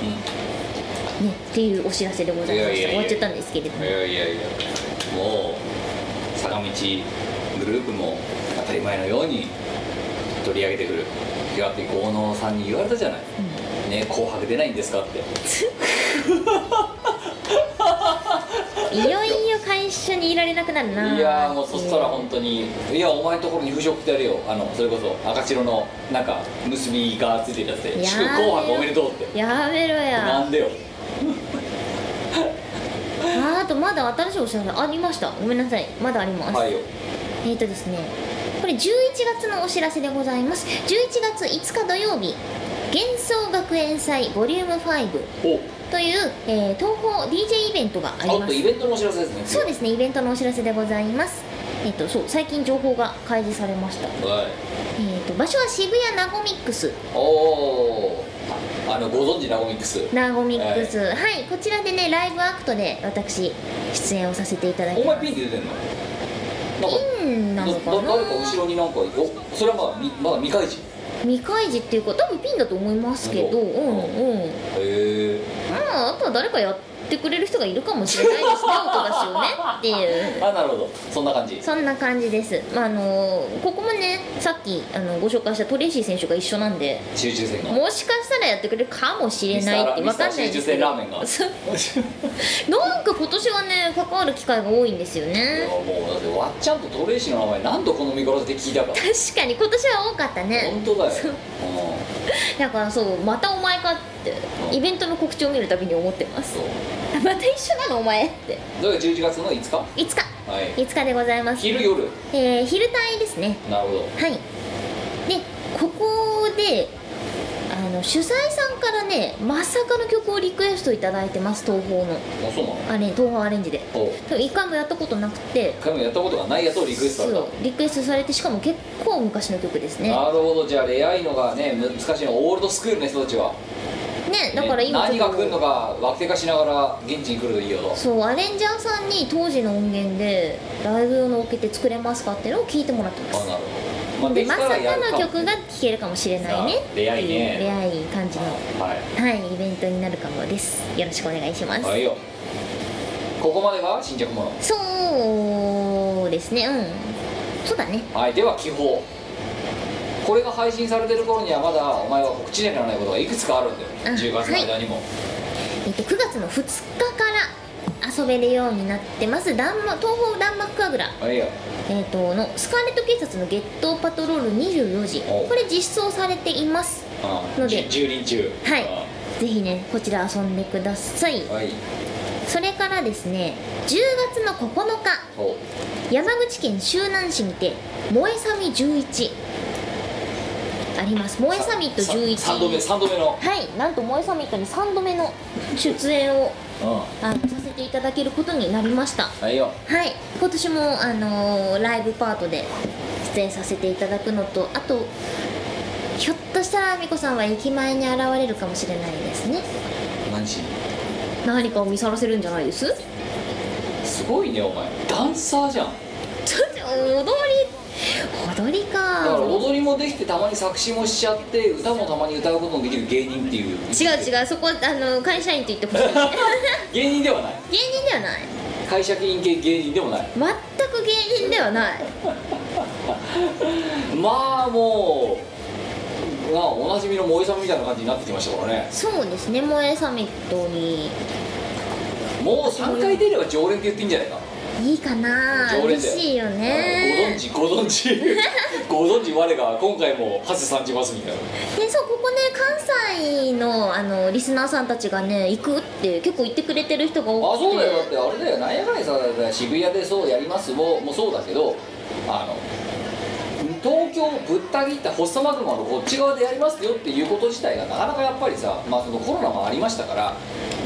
うん、
っていうお知らせでございました
いやいやいや
終わっちゃったんですけれど
い
も
やいやいやもう坂道グループも当たり前のように取り上げてくるだって豪農さんに言われたじゃない、ね紅白出ないんですかって
いよいよ会社にいられなくなるない
いやーもうそしたら本当にいやお前のところに腐食ってやるよあのそれこそ赤白のなんか結びがついてるやつで「
や
祝
ー
紅白おめでとう」って
やめろ
な
や
んでよ
ああとまだ新しいお知らせありましたごめんなさいまだあります、
はいよ
えーとですね、これ11月のお知らせでございます。11月5日土曜日、幻想学園祭ボリューム5
お
という、えー東宝 DJ イベントがあり
あ
ま
とイ
す。
ベントのお知らせですね
そうですね、イベントのお知らせでございます。えっ、と、そう、最近情報が開示されました。えっ、
はい
と、場所は渋谷ナゴミックス。
おおあのご存知ナゴミックス
ナゴミックス。はい、こちらでね、ライブアクトで私、出演をさせていただい
お
てます。
前ピンで出てんのなんか
ピンなのかな
だだ誰か後ろになんかおそれはまだみまだ未開示
未開示っていうか、多分ピンだと思いますけど、
なる
う
ほ
ん
ど
うん。
へ
まあ、あとは誰かやってくれる人がいるかもしれないですね音だしをねって
え
いう
あなるほどそんな感じ
そんな感じです、まあ、あのここもねさっきあのご紹介したトレイシー選手が一緒なんで
集中戦が
もしかしたらやってくれるかもしれないって
ミ
分
スタ
か
ー
んないです
ミスタ
け
ー集中戦
ど
ラーメンが
そう なんか今年はね関わる機会が多いんですよ
いや
ね
もうだってわっちゃんとトレイシーの名前何度この見殺しで 聞いたか
確かに今年は多かったね
本当だよ
そう
うん
だからそうまたお前かってイベントの告知を見るたびに思ってます
そう
また一緒なのお前って
どれが11月の5日
いつか
はい
いつかでございます
昼夜
えー、昼帯ですね
なるほど
はいでここであの主催さんからねまさかの曲をリクエストいただいてます東宝の
あそうなの
あれ東宝アレンジで
お
多分一回もやったことなくて
一回もやったことがないやつをリクエストされた
そうリクエストされてしかも結構昔の曲ですね
なるほどじゃあレアいのがね難しいのオールドスクールの人たちは、
ね
ね
だから今
何
ちょ
が
っと
来るのか枠手化しながら現地に来るといいよと
そうアレンジャーさんに当時の音源でライブ用のオケって作れますかっていうのを聞いてもらってます
あなるほど、ま
で
あ、でき
ま
た
さから
やる
の
も
曲が聴けるかもしれないね
さあ出会いね
出会い感じの
はい
はい、イベントになるかもです。よろしくお願いします。
はいよここまでが新着も
そうですね、うん。そうだね。
のはいでは気泡これが配信されてる頃にはまだお前は告知にならないことがいくつかあるんだよ
あ
10月の間にも、
えっと、9月の2日から遊べるようになってます。弾幕東方弾幕神楽、
はいよ
えっと、のスカーレット警察のゲットパトロール24時。
お
これ実装されています。
うん
ので
じ10人中
はい
うん
ぜひねこちら遊んでください
はい
それからですね10月の9日
ほ
山口県周南市にて萌えサミ11あります萌えサミット11
3度目3度目の
はいなんと萌えサミットに3度目の出演を
う
あのさせていただけることになりました
んはいよ
はい今年も、あのーライブパートで出演させていただくのとあとひょっとしたら美子さんは駅前に現れるかもしれないですね
何時
何かを見さらせるんじゃない です
すごいねお前ダンサーじゃん
ちょっと踊り踊り
だから
か
踊りもできてたまに作詞もしちゃって歌もたまに歌うことのできる芸人っていう
違う違うそこあの会社員と言ってほしい芸人
芸人ではない
ではない
会社員系芸人でもない
全く芸人ではない
まあもうまあおなじみの萌えさんみたいな感じになってきましたからね
そうですね萌えサミットに
もう3回出れば常連って言っていいんじゃないか
いいかな
常連
嬉
だよ
しいよ
ご存
ね
知ご存知ご存知我が今回もハセ参じますみたいな
でそうここね関西のあのリスナーさんたちがね行くって結構言ってくれてる人が多
あ
くて
そうだよだってあれだよなんやかんやさ渋谷でそうやりますももうそうだけどあの東京をぶった切ったホッサマグマのこっち側でやりますよっていうこと自体がなかなかやっぱりさ、まあ、そのコロナもありましたから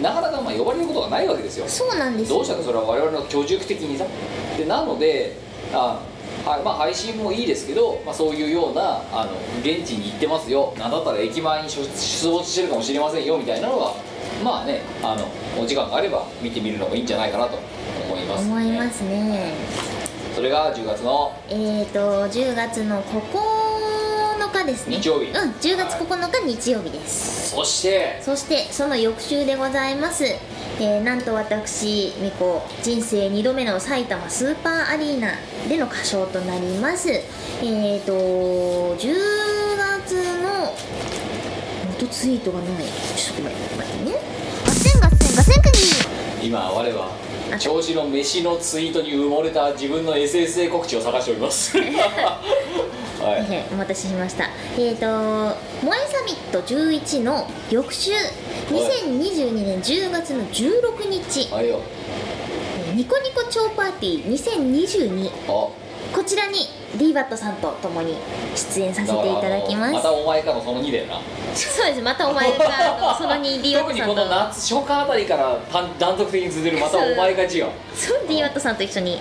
なかなかまあ呼ばれることがないわけですよ
そうなんですよ
どうしたのそれは我々の居住区的にさでなのであはいまあ、配信もいいですけど、まあ、そういうようなあの現地に行ってますよなんだったら駅前に出出没してるかもしれませんよみたいなのはまあねあのお時間があれば見てみるのもいいんじゃないかなと思います、ね、
思いますね
それが10月の
えーと10月の9日ですね
日曜日
うん10月9日日曜日です
そして
そしてその翌週でございます、えーなんと私ミコ人生2度目の埼玉スーパーアリーナでの歌唱となりますえーと10月の元ツイートがないちょっとごめん待ってね
ガセンガセンガセンクニ
今我は
あ
調子の飯のツイートに埋もれた自分の SSA 告知を探しております はい
大変お待たせしましたえーと「萌えサミット11」の翌週2022年10月の16日
あれよ
えーニコニコ超パーティー2022
あ
こちらに d バットさんと共に出演させ
だか
てい
ら
ただきま
あのますたお前かのその2だよな
そうですまたお前があのそのに d バッ
特
ト
に
さ
こ
んと
の夏初夏あたりから単断続的に続いてるまたお前が違う、は
そう d バットさんと一緒に
い、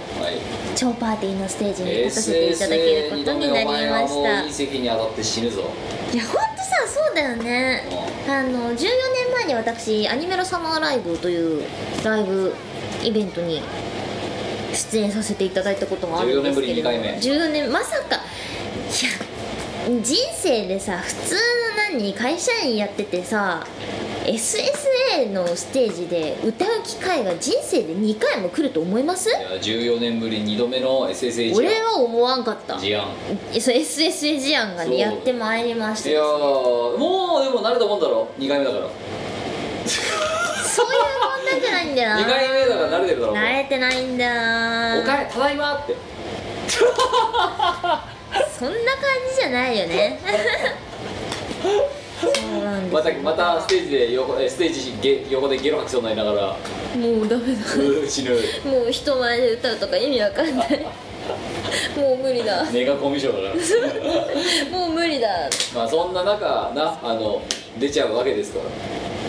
超パーティーのステージに立たせていただける
SSA
こ
に
と
と
に
め
な
お
り
前
ま
が
し
もう
た
隕石に当たって死ぬぞ
いやほんとさそうだよねあの14年前に私アニメのサマーライブというライブイベントに出演させていただいたことがあるんですけれども
14年ぶり二
14年まさかいや人生でさ普通何会社員やっててさ SSA のステージで歌う機会が人生で2回も来ると思います
いや14年ぶり2度目の SSA 事
俺
案
は思わんかった
事案
えそう SSA 事案が
そう
ねやってまいりまし
い
た
やーもうでも慣れたもんだろ2回目だから
そういう問題じゃないんだよな
2回目だから慣れてるだろお
慣
前
れてないんだ
お
な
かえただいまって
そんな感じじゃないよ ねそうなんです
またまたステージで横えステージゲ横でゲロ吐きそうになりながら う
もうダメだ
ー死ぬ
もう人前で歌うとか意味わかんないもう無理だ
ネガコミュ障だから
もう無理だ
まあそんな中なあの出ちゃうわけですか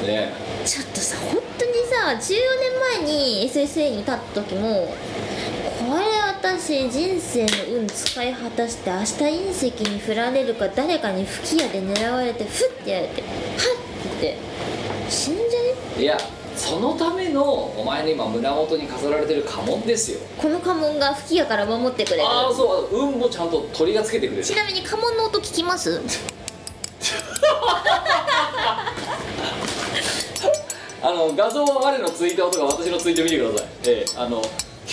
らね
ちょっとさ本当にさ14年前に SSA に立った時もこれ私人生の運使い果たして明日隕石に振られるか誰かに吹き矢で狙われてフッてやられてハッって死んじゃね
いやそのためのお前の今胸元に飾られてる家紋ですよ
この家紋が吹き矢から守ってくれる
ああそう運もちゃんと鳥がつけてくれる
ちなみに家紋の音聞きます
あの画像は我のツイートとか私のツイート見てくださいええあの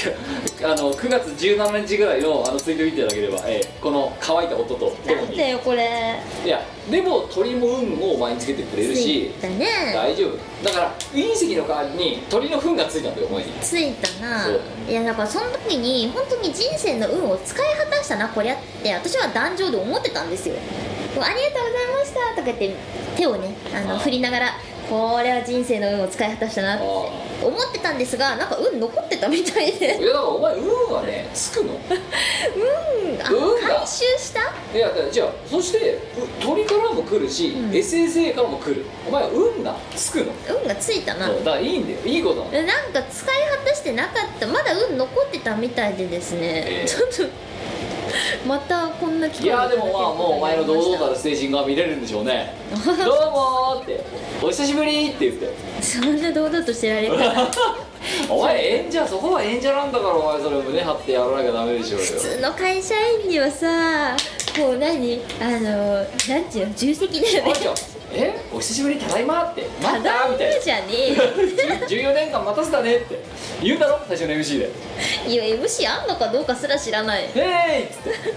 あの9月17日ぐらいのあのツイート見ていただければ、ええこの乾いた音とと
な
も
ん
に
だよこれ
いやでも鳥も運もお前につけてくれる
つい
した
ね
大丈夫だから隕石の代わりに鳥の糞がついたんだよお前に
ついたな
そう
いやだからその時に本当に人生の運を使い果たしたなこりゃって私は壇上で思ってたんですよ「ありがとうございました」とか言って手をねあの
あー
振りながらこれは人生の運を使い果たしたな
あ
って思ってたんですがなんか運残ってたみたい
あ
で
いやだからお前運はねつ く
う
の
んあ
運が
回収した
いやだからじゃあそしてう鳥からも来るし、
うん
SSA からも来るお前は運がつくの、
運がついたな
そうだからいいんだよいいことなの
なんか使い果たしてなかったまだ運残ってたみたいでですね、
ええ
ちょっとまたこんな機
い
会を
や
いただ
で
ける
も
こ
まあも
とに
うお
な
前
り
の
ました
堂々たるステージングが見れるんでしょ うねどうもーってお久しぶりって言って
そんな堂々としてられたら
お前演者そこは演者なんだからお前それ胸張ってやらなきゃダメでしょうよ
普通の会社員にはさこう何あのなんていうの重責だよ
お
ね
いちゃんえお久しぶりただいまってま
ただ
たみたいな
じゃねえよ
じゅ14年間待たせたねって言うだろ最初の MC で
いや MC あんのかどうかすら知らない
「えい!」っつって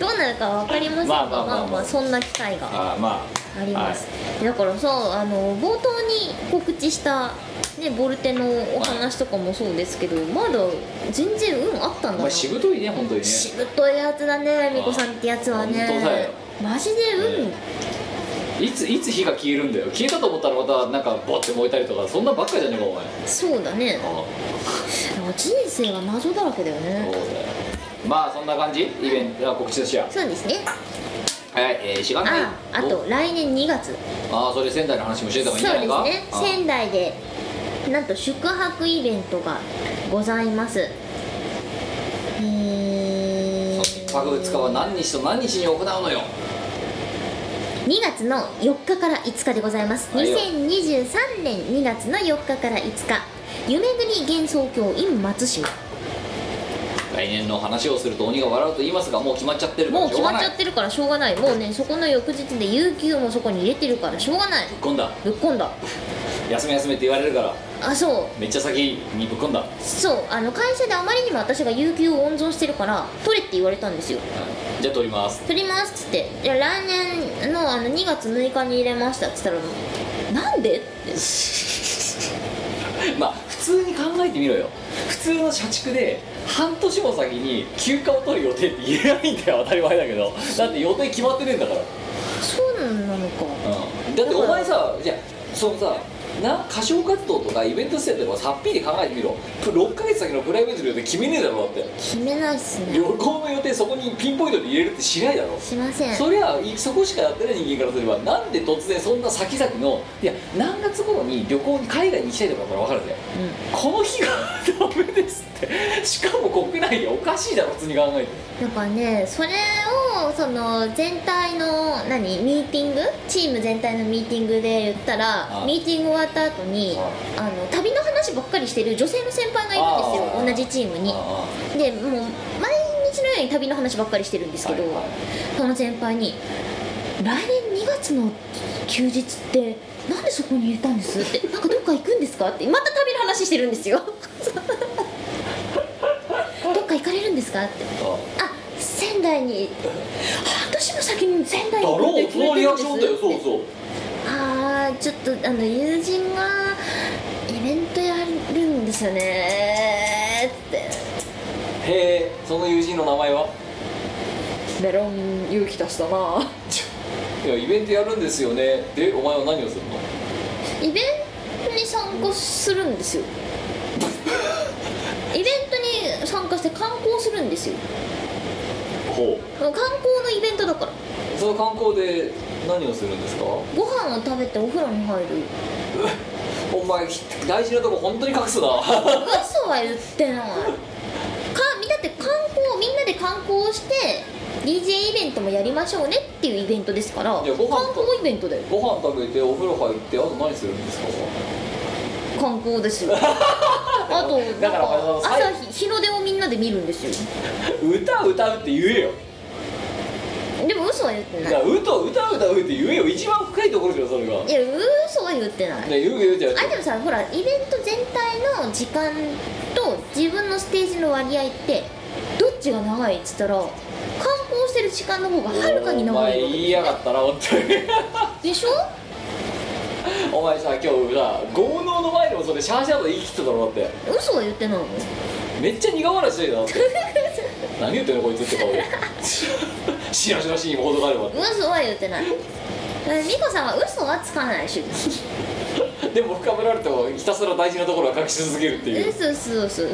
どうなるかわかりませんが
ま
ま
あ
あ
ま
ま
あ
あ
まあまあ
そんな機会が
ああま
あります、だからさあの冒頭に告知したねボルテのお話とかもそうですけどまだ全然運あった
あ
んだ
お
な
前しぶといね本当にね
しぶといやつだねみこさんってやつはね
本当だよ
マジで運、
ねいついつ火が消えるんだよ消えたと思ったらまたなんかボッて燃えたりとかそんなばっかじゃねえかお前
そうだね
あ
人生が謎だらけだよ
あそう
ね
だよまあそんな感じイベントあ告知としては
そうですね
はいえー、しがない
ああと来年2月
ああそれ仙台の話もして
そ
た
う
方が
で
いいんじゃないか
すね仙台でなんと宿泊イベントがございますえー
1泊2日は何日と何日に行うのよ
2月の4日から5日でございます
はいよ
2023年2月の4日から5日夢国幻想郷 in 松島
来年の話をすると鬼が笑うと言いますがもう決まっちゃってるから
もう
しょ
決
うが
まっ
な
ち
い
ゃってるからしょうがないもうねそこの翌日で有給もそこに入れてるからしょうがない
ぶっ込んだ
ぶっこんだ
休め休めって言われるから
あそう
めっちゃ先にぶっ込んだ
そうあの会社であまりにも私が有給を温存してるから取れって言われたんですよ
じゃあ撮ります
取りますっつって「いや来年のあの2月6日に入れました」っつったら「なんで?」って
まあ普通に考えてみろよ普通の社畜で半年も先に休暇を取る予定って言えないんだよ当たり前だけどだって予定決まってねえんだから
そうなのか
だってお前さじゃあそのさな歌唱活動とかイベントしてたとかさっぴり考えてみろ6ヶ月先のプライベートの予定決めねえだろだって
決めないっすね
旅行の予定そこにピンポイントで入れるってしないだろ
しません
そりゃいそこしかやってない人間からすればなんで突然そんな先々のいや何月頃に旅行に海外に行きたいとかだったら分かるぜ
うん
この日がダメですってしかも国内でおかしいだろ普通に考えて
なんかねそれをその全体の何ミーティングチーム全体のミーティングで言ったら
あ
ミーティング終わった後にあの旅の話ばっかりしてる女性の先輩がいるん
あー
ですよ同じチームに
あ
でもう毎日のように旅の話ばっかりしてるんですけど、
はいはい
その先輩に「来年2月の休日ってなんでそこに入れたんです?」って「なんかどっか行くんですか?」ってまた旅の話してるん ですよどっか行かれるんですかって
あああ
あ仙台に半年も先に仙台
だ
に行くって
ろう
決
そ
め
の
て
リ
るん
アク
です
ションだよそうそう
ああちょっとあの友人がイベントやるんですよねって
へえその友人の名前は
メロン勇気出したない
やイベントやるんですよねでお前は何をするの
イベントに参加するんですよイベントに参加して観光するんですよ
ほ
観光のイベントだから
うその観光で何をするんですか
ご飯を食べてお風呂に入る
お前大事なとこ本当に隠すな
嘘は言ってないかだって観光みんなで観光して DJ イベントもやりましょうねっていうイベントですから観
いやご飯と
光イベントだよ
ご飯食べてお風呂入ってあと何するんですか
観光です よあとなん
だからあ
か
の最
朝日日の出をみんなで見るんですよ
歌歌うって言えよ
でも嘘は言って
だ
な
か
い
ら歌う歌う歌うって言えよ一番深いところじゃんそれが
い
ね
や嘘は言ってない
言う言うじゃん
あでもさほらイベント全体の時間と自分のステージの割合ってどっちが長いっつったら観光してる時間の方がはるかに
お
長
前
いわ
言
け
いやがったな本当に
でしょ
お前さ今日さ豪農の前でもそれシャーシャーと言い切ってただろだって
嘘は言ってないの
めっちゃ苦笑いしてるよだって 何言ってんのこいつって顔でしらしらしいにも程があるわ
嘘は言ってない美子さんは嘘はつかない主義
でも深められてもひたすら大事なところは隠し続けるっていう
そうそうそうそうそう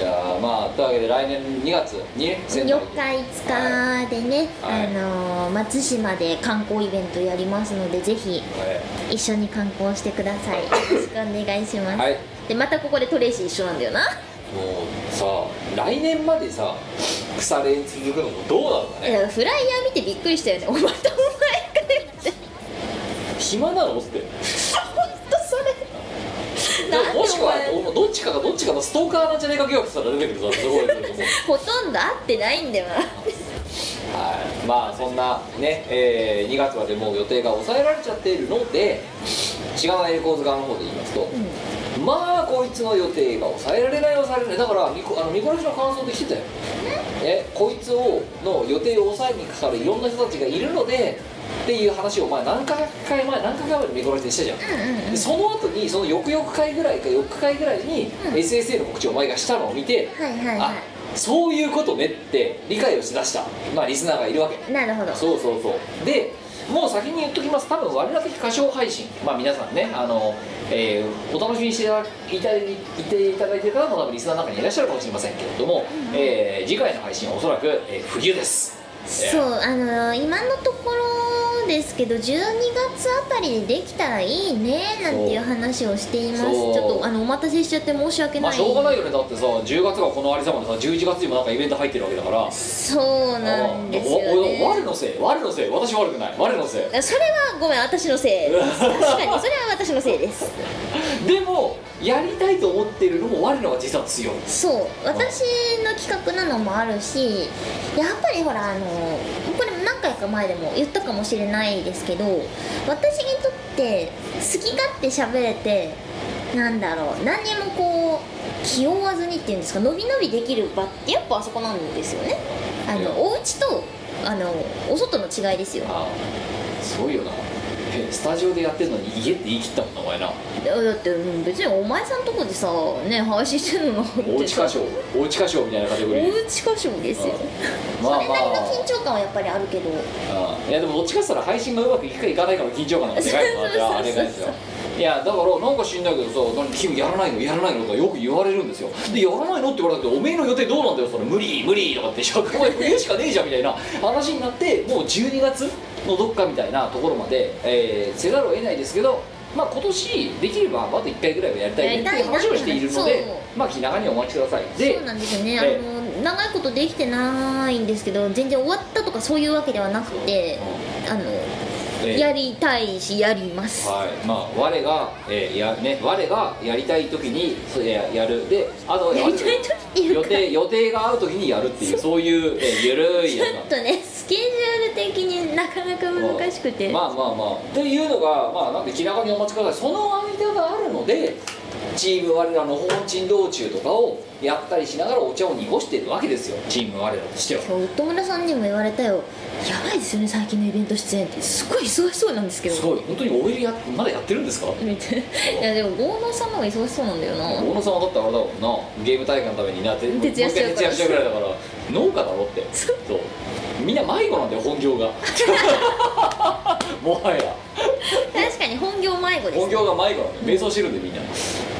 いやーまあというわけで来年2月にね仙台
4日5日でね、
はい
あのー松島で観光イベントやりますのでぜひ
は
一緒に観光してくださいよろしくお願いします、
い、はい、
でまたここでトレイシー一緒なんだよな、
もうさ来年までさ腐れ続くのもどうなのか
い
ね
やフライヤー見てびっくりしたよねお前とお前くれって
暇なのって
本当それなんで
もし
お
くは
前
どどっちかがどっちかのストーカーなんじゃねえか疑惑したら出てくるぞすごいと思
ほ
う
とんど会ってないんだよな
はい、まあそんなね、えー2月までもう予定が抑えられちゃっているのでしがないレコーズ側の方で言いますと、まあこいつの予定が抑えられない抑えられないだからミコあのミコラジの感想で来てたよえこいつをの予定を抑えにかかるいろんな人たちがいるのでっていう話を前何回回前何回か前にミコラジでしたじゃん,、でその後にその翌々回ぐらいか翌々回ぐらいに、SSA の告知をお前がしたのを見て、
はいはい
あ
は
そういうことねって理解をしだしたまあリスナーがいるわけ
いなるほど
そうそうそうでもう先に言っときます多分我ら的歌唱配信まあ皆さんねあの、えーお楽しみにしていただいたいていただいてる方も多分リスナーの中にいらっしゃるかもしれませんけれども、えー次回の配信はおそらく、えー冬です
そうあのー今のところですけど12月あたりでできたらいいねなんていう話をしていますち
そう
ょっとあのお待たせしちゃって申し訳
ま
な
あ
い
しょうがないよねだってさ10月がこのありさまでさ11月にもなんかイベント入ってるわけだから
そうなんですよ
あおお我
ね
のせい我のせい私悪くない我のせい
それはごめん私のせいです確かにそれは私のせいです
でもやりたいと思ってるのも我のが実は強い
そう私の企画なのもあるしやっぱりほらあのこれ何回か前でも言ったかもしれないですけど私にとって好き勝手喋れてなんだろう何にもこう気負わずにっていうんですか伸び伸びできる場ってやっぱあそこなんですよねあ
いや
のお家とあのお外の違いですよ
ああすごいよなえスタジオでやってるのに家って言い切ったもんなお前な
だだってうん別にお前さんとこでさね配信してるのなんて
おうち
さ
歌唱おうち歌唱みたいなカテゴリ
お
ー
うち歌唱ですよ
ああま
そ
あ
れなりの緊張感はやっぱりあるけど
ああいやでもどっちかしたら配信がうまくいくかいかないかの緊張感のでかいもんなってあれがですよいやだからなんか知んないけどさ「何君やらないのやらないの?」とかよく言われるんですよで「やらないの?」って言われたけど「おめえの予定どうなんだよそれ無理無理」とかって「100倍冬しかねえじゃん」みたいな話になってもう12月のどっかみたいなところまで、えーせざるを得ないですけどまあ今年できればあと1回ぐらいはやりたいねっていう話をしているの
やりたい
で
なそう
まあ気長にお待ちくださいで
そうなんですよね、
え
あの長いことできてないんですけど全然終わったとかそういうわけではなくてあの、
えー
やりたいしやります、
はい、まあ我が、えーやね我がやりたい時にそうややるであと
やりたい時っていうか
予定予定が合う時にやるっていうそういう、えーゆるい
ち
や
ょ
つなん
っ
で
とねスケジュール的になかなか難しくて、
まあまあまあというのがまあなんで気長にお待ちくださいその間があるのでチーム我らの本陣道中とかをやったりしながらお茶を濁しているわけですよチーム我らとしては
今日友村さんにも言われたよやばいですよね最近のイベント出演ってすごい忙しそうなんですけど
すごい本当にオイルやまだやってるんですか
見て いやでも豪農さんの方が忙しそうなんだよな
大野さんはだってあれだもんなゲーム大会のためになって
徹夜しちゃう
もう一回徹夜しちゃうぐらいだから 農家だろって
そう
そうみんな迷子なんだよ 本業がもはや
確かに本業迷子です
本業が迷子なんだよ迷走してるんでみんな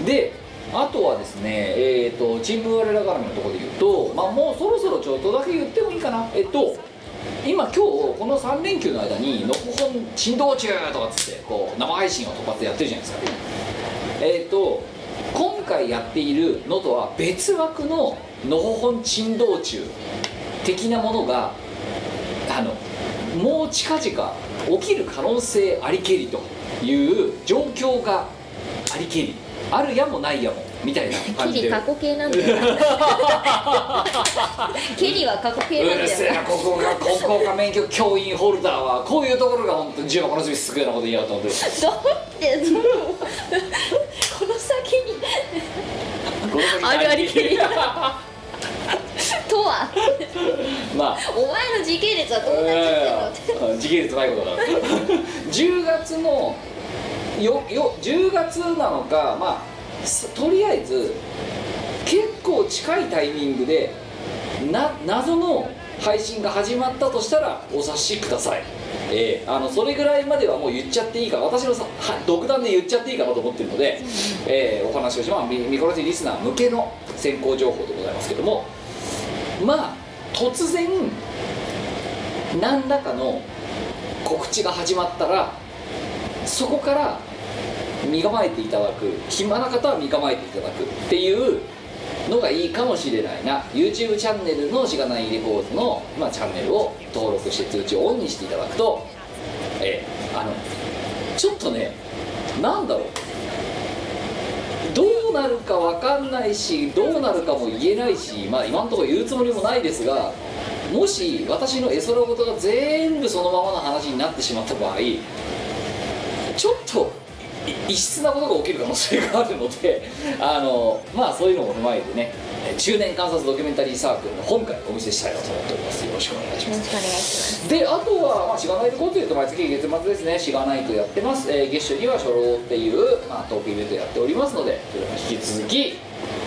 であとはですねえー、とチーム我ら絡みのところで言うと、まあ、もうそろそろちょっとだけ言ってもいいかなえっと今今日この3連休の間に「のほほん珍道中」とかっつってこう生配信を突発でやってるじゃないですかえっ、と今回やっているのとは別枠の「のほほん珍道中」的なものがあのもう近々起きる可能性ありけりという状況がありけりあるやもないやもみたいな感
ケ
じで
リ過去形なんだよなケリは過去形なん
うるせ
だよ
えな高校が高校が免許教員ホルダーはこういうところが本当に銃箱の隅すくようなこと言いやがったの
ど
で
うってそのこの先にあるありけり
ま
とは
あ
お前の時系列はどうなっちゃってんのっ
時系列ないことだから 10月のよよ10月なのかまあすとりあえず結構近いタイミングでな謎の配信が始まったとしたらお察しくださいえーあのそれぐらいまではもう言っちゃっていいか私のさは独断で言っちゃっていいかなと思ってるので、えーお話をしますミコラジリスナー向けの先行情報でございますけどもまあ突然何らかの告知が始まったらそこから身構えていただく暇な方は身構えていただくっていうのがいいかもしれないな YouTube チャンネルのしがないレコーズの、まあ、チャンネルを登録して通知をオンにしていただくとえーあのちょっとねなんだろうどうなるかわかんないしどうなるかも言えないしまあ今のところ言うつもりもないですがもし私の絵空事が全部そのままの話になってしまった場合ちょっとい異質なことが起きる可能性があるのであのまあそういうのも踏まえてねえー中年観察ドキュメンタリーサークルの本回お見せしたいなと思っておりますよろしくお願いします
ろしくお願いし
であとは、まあ、しがないとこというと毎月月末ですねしがないとやってます、えー月初には初老っていう、まあ、トークイベントやっておりますのでそれは引き続き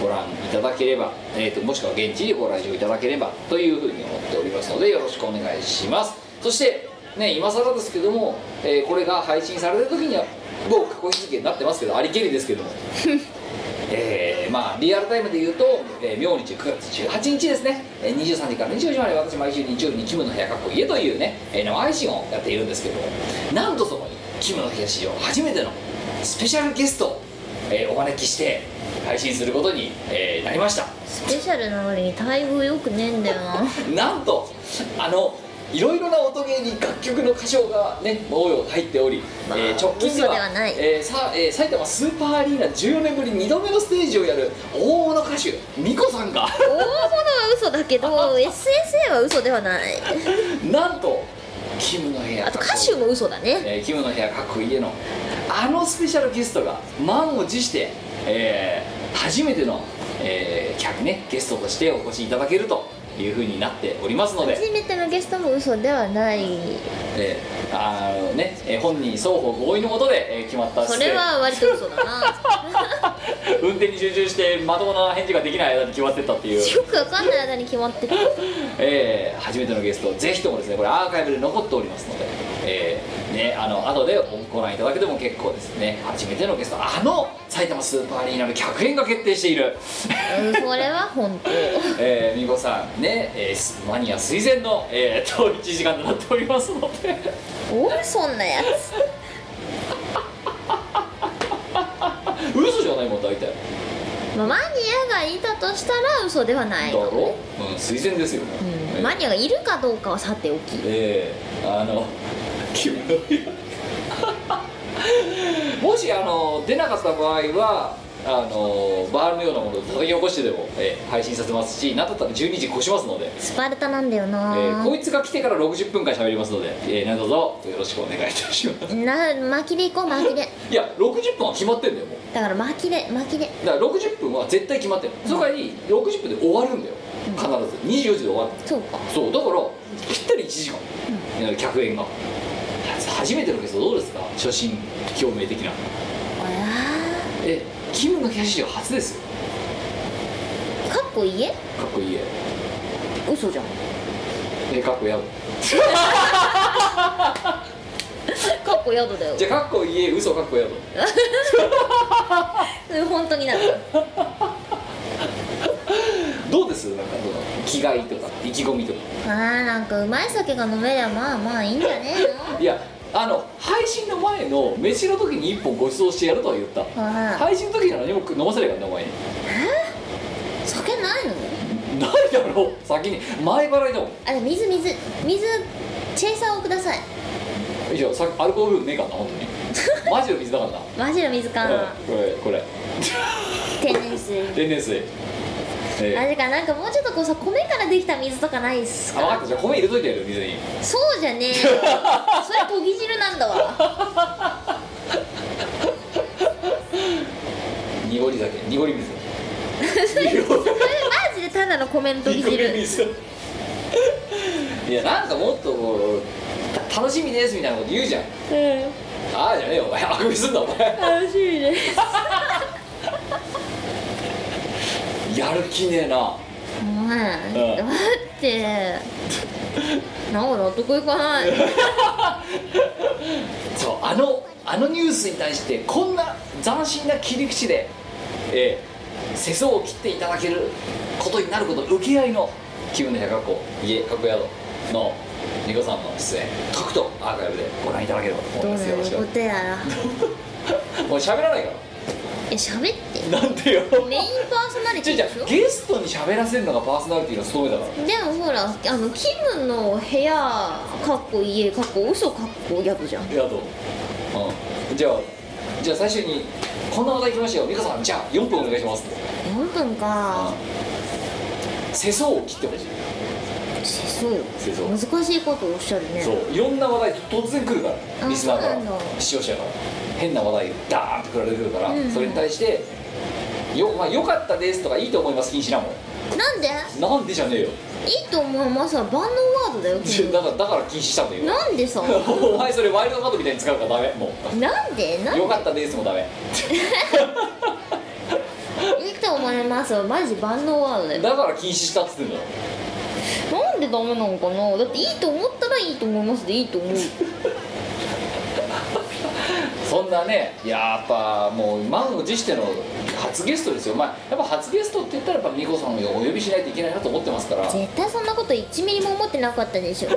ご覧いただければ、えー、ともしくは現地でご来場いただければというふうに思っておりますのでよろしくお願いしますそしてね今更ですけども、えーこれが配信された時にはもう過去日付になってますけどありけりですけどもえーまあリアルタイムで言うと、えー明日9月18日ですね、えー23時から24時まで私毎週日曜日にキムの部屋かっこ家というね、えー生配信をやっているんですけどもなんとそこにキムの部屋史上初めてのスペシャルゲストを、えーお招きして配信することに、えーなりました
ますスペシャルなのに待遇よくねえんだよな
なんとあのいろいろな音ゲーに楽曲の歌唱がね応用入っており、
まあ
えー直近で
嘘
は
ではない
えーさえー埼玉スーパーアリーナ14年ぶり2度目のステージをやる大物歌手ミコさんが
大物は嘘だけど SSA は嘘ではない
なんとキムの部屋
あと歌手も嘘だね
えーキムの部屋かっこいいのあのスペシャルゲストが満を持して、えー初めての、えー客ねゲストとしてお越しいただけるというふうになっておりますので
初めてのゲストも嘘ではない
えーあのね、えー本人双方合意のもとで、えー決まった
そ
姿勢
れは割と嘘だな
運転に集中してまともな返事ができない間に決まってったってい う、
よくわかんない間に決まってる
えー初めてのゲストぜひともですねこれアーカイブで残っておりますので、えーね、あの後でご覧いただけても結構ですね初めてのゲストあの埼玉スーパーアリーナの客演が決定している、
うんそれは本当
えー、みこさんね、えーすマニア垂涎の、えー、と1時間となっておりますので
おいそんなやつ
嘘じゃないもん大体だ
まあマニアがいたとしたら嘘ではないの
ろ、うん、垂涎ですよ、ね
うんマニアがいるかどうかはさておき
ええあの君の もしあの出なかった場合はあのバールのようなものを叩き起こしてでも、ええ配信させますしなんだったら12時越しますので、
スパルタなんだよ
え
な、
えこいつが来てから60分間喋りますので、ええ何卒よろしくお願いいたします
な巻きでいこう巻きで
いや60分は決まってんだよもう
だから巻きで巻きで
だから60分は絶対決まってるその代わり60分で終わるんだよ必ず24時で終わる
そうか
そうだからぴったり1時間、客演が初めてのゲストどうですか初心表明的な
あ
えキムのキャシオ初ですよ
ーかっこいいえ
かっこいいえ
嘘じゃん
えかっこや
かっこ宿だよ
じゃあかっこいいえ嘘かっこやと
うん本当になる
どうですなんかその気概とか意気込みとか
あーなんかうまい酒が飲めりゃまあまあいいんじゃね
いやあの配信の前の飯の時に一本ご馳走してやるとは言った
えのあ
配信の時なら何も飲ませないからねお前に
ー酒ないの
ないだろう先に前払いだもん
あ水水水チェイサーをください
以上さアルコール分ねえからな本当にマジの水だからな
マジの水かな
これこれ
天然水
天然水え
あ
ー
れかなんかもうちょっとこうさ米からできた水とかないっす
あ分かっ
か
たじゃあ米入れといてやるよ水に
そうじゃ ねえよそれ研ぎ汁なんだわ
濁り酒濁り水
それマジでただの米の研ぎ汁
いやなんかもっとこうた楽しみですみたいなこと言うじゃんああじゃねえよお前あくびすんだお前
楽しみです
やる気ねえな
お前
う
だってなんか納得いかない
そうあのあのニュースに対してこんな斬新な切り口で、えー、世相を切っていただけることになること受け合いの「気分の百学校家格宿」のニコさんの出演「とくとアーカイブ」でご覧いただければと思
どな
いうますよろし
る
く
ことやら
もう喋らないか
え喋って
らなんてよ
メインパーソナリティ
ちょいちゃ
で
ん
しょ
ゲストに喋らせるのがパーソナリティの務めだから
でもほらあのキムの部屋かっこ家かっこ嘘かっこ宿じゃん
やとうんじゃあじゃあ最初にこんな話題来ましたよ美香さんじゃあ4分お願いしますって
4分か
世相を切ってほしい
世相
世相
難しいことをおっしゃるね
そういろんな話題突然来るか
あ
らリスナーか
そうなん
ら
だ
視聴者から変な話題がダーンと振られてくるから、
うんうん
それに対して「よまあ、よかったです」とか「いいと思います」禁止なもん
なんで
なんでじゃねえよ
いいと思いますは万能ワードだよキム
だからだから禁止したんだよ
なんでさ
お前それワイルドカードみたいに使うからダメも
なんでな
うん
で
よかったですも ダメ
いいと思いますはマジ万能ワードだよ
だから禁止したっつってんだろ
なんでダメなのかなだっていいと思ったらいいと思いますでいいと思う
そんなねやっぱもう満を持しての初ゲストですよまあやっぱ初ゲストって言ったらやっぱ美子さんをお呼びしないといけないなと思ってますから
絶対そんなこと1ミリも思ってなかったでしょ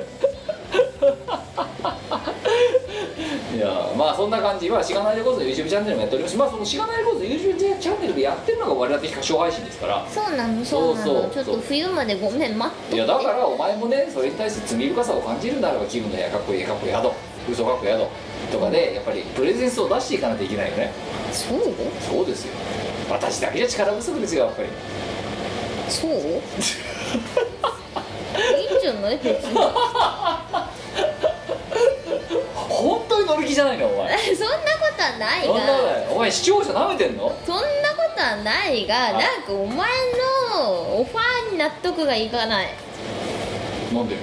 いやまあそんな感じまあしがないレコードの YouTube チャンネルもやっておりますしまあそのしがないレコードの YouTube チャンネルでやってるのが我々的歌唱配信ですから
そうなのそうなの
そうそう
ちょっと冬までごめん待っとって
いやだからお前もねそれに対して罪深さを感じるならば気分の部屋かっこいいかっこいい宿嘘かっこいい宿とかでやっぱりプレゼンスを出していかないといけないよね
そう
そうですよ私だけじゃ力不足ですよやっぱり
そういいんじゃない別に
本当に乗り気じゃないのお前
そんなことはない
そんなこと
が
ないお前視聴者舐めてんの
そんなことはないが
はい
なんかお前のオファーに納得がいかない
なんでよ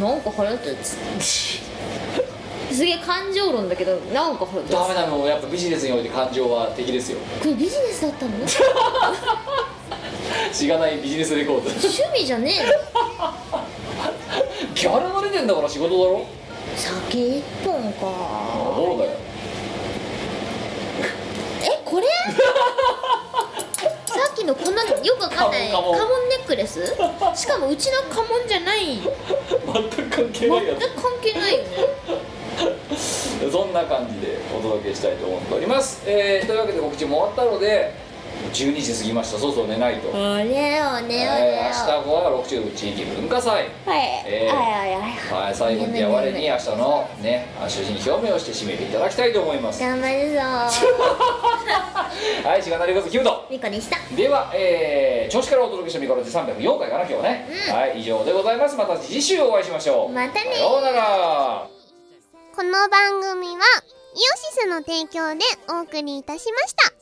なんか腹立つすげえ感情論だけどなんか腹立つ
ダメだもうやっぱビジネスにおいて感情は敵ですよ
これビジネスだったの趣
しがないビジネスレコード
味じゃねえの
ギャラが出てんだから仕事だろ
酒一本か
ボロだよ
え これさっきのこんなよくわかんない
家
家
紋
紋
家紋
ネックレスしかもうちの家紋じゃない全く
全く関係ないや
関係ないよ ね
つそんな感じでお届けしたいと思っております、えー、というわけで告知も終わったので12時過ぎましたそうそう寝ないと、
おれおねお
えー
れ
明日
お
は六中部地域文化祭
はい、
え
はい
ー
はいはい
はい最後に我に明日のね主人表明をして締めていただきたいと思います
頑 張
はいしがなりことキュート
るぞみこでした
では、えー、調子からお届けしたミコラジ304回かな今日はね、
うん
はい以上でございますまた次週お会いしましょう
またね
さようなら
この番組はイオシスの提供でお送りいたしました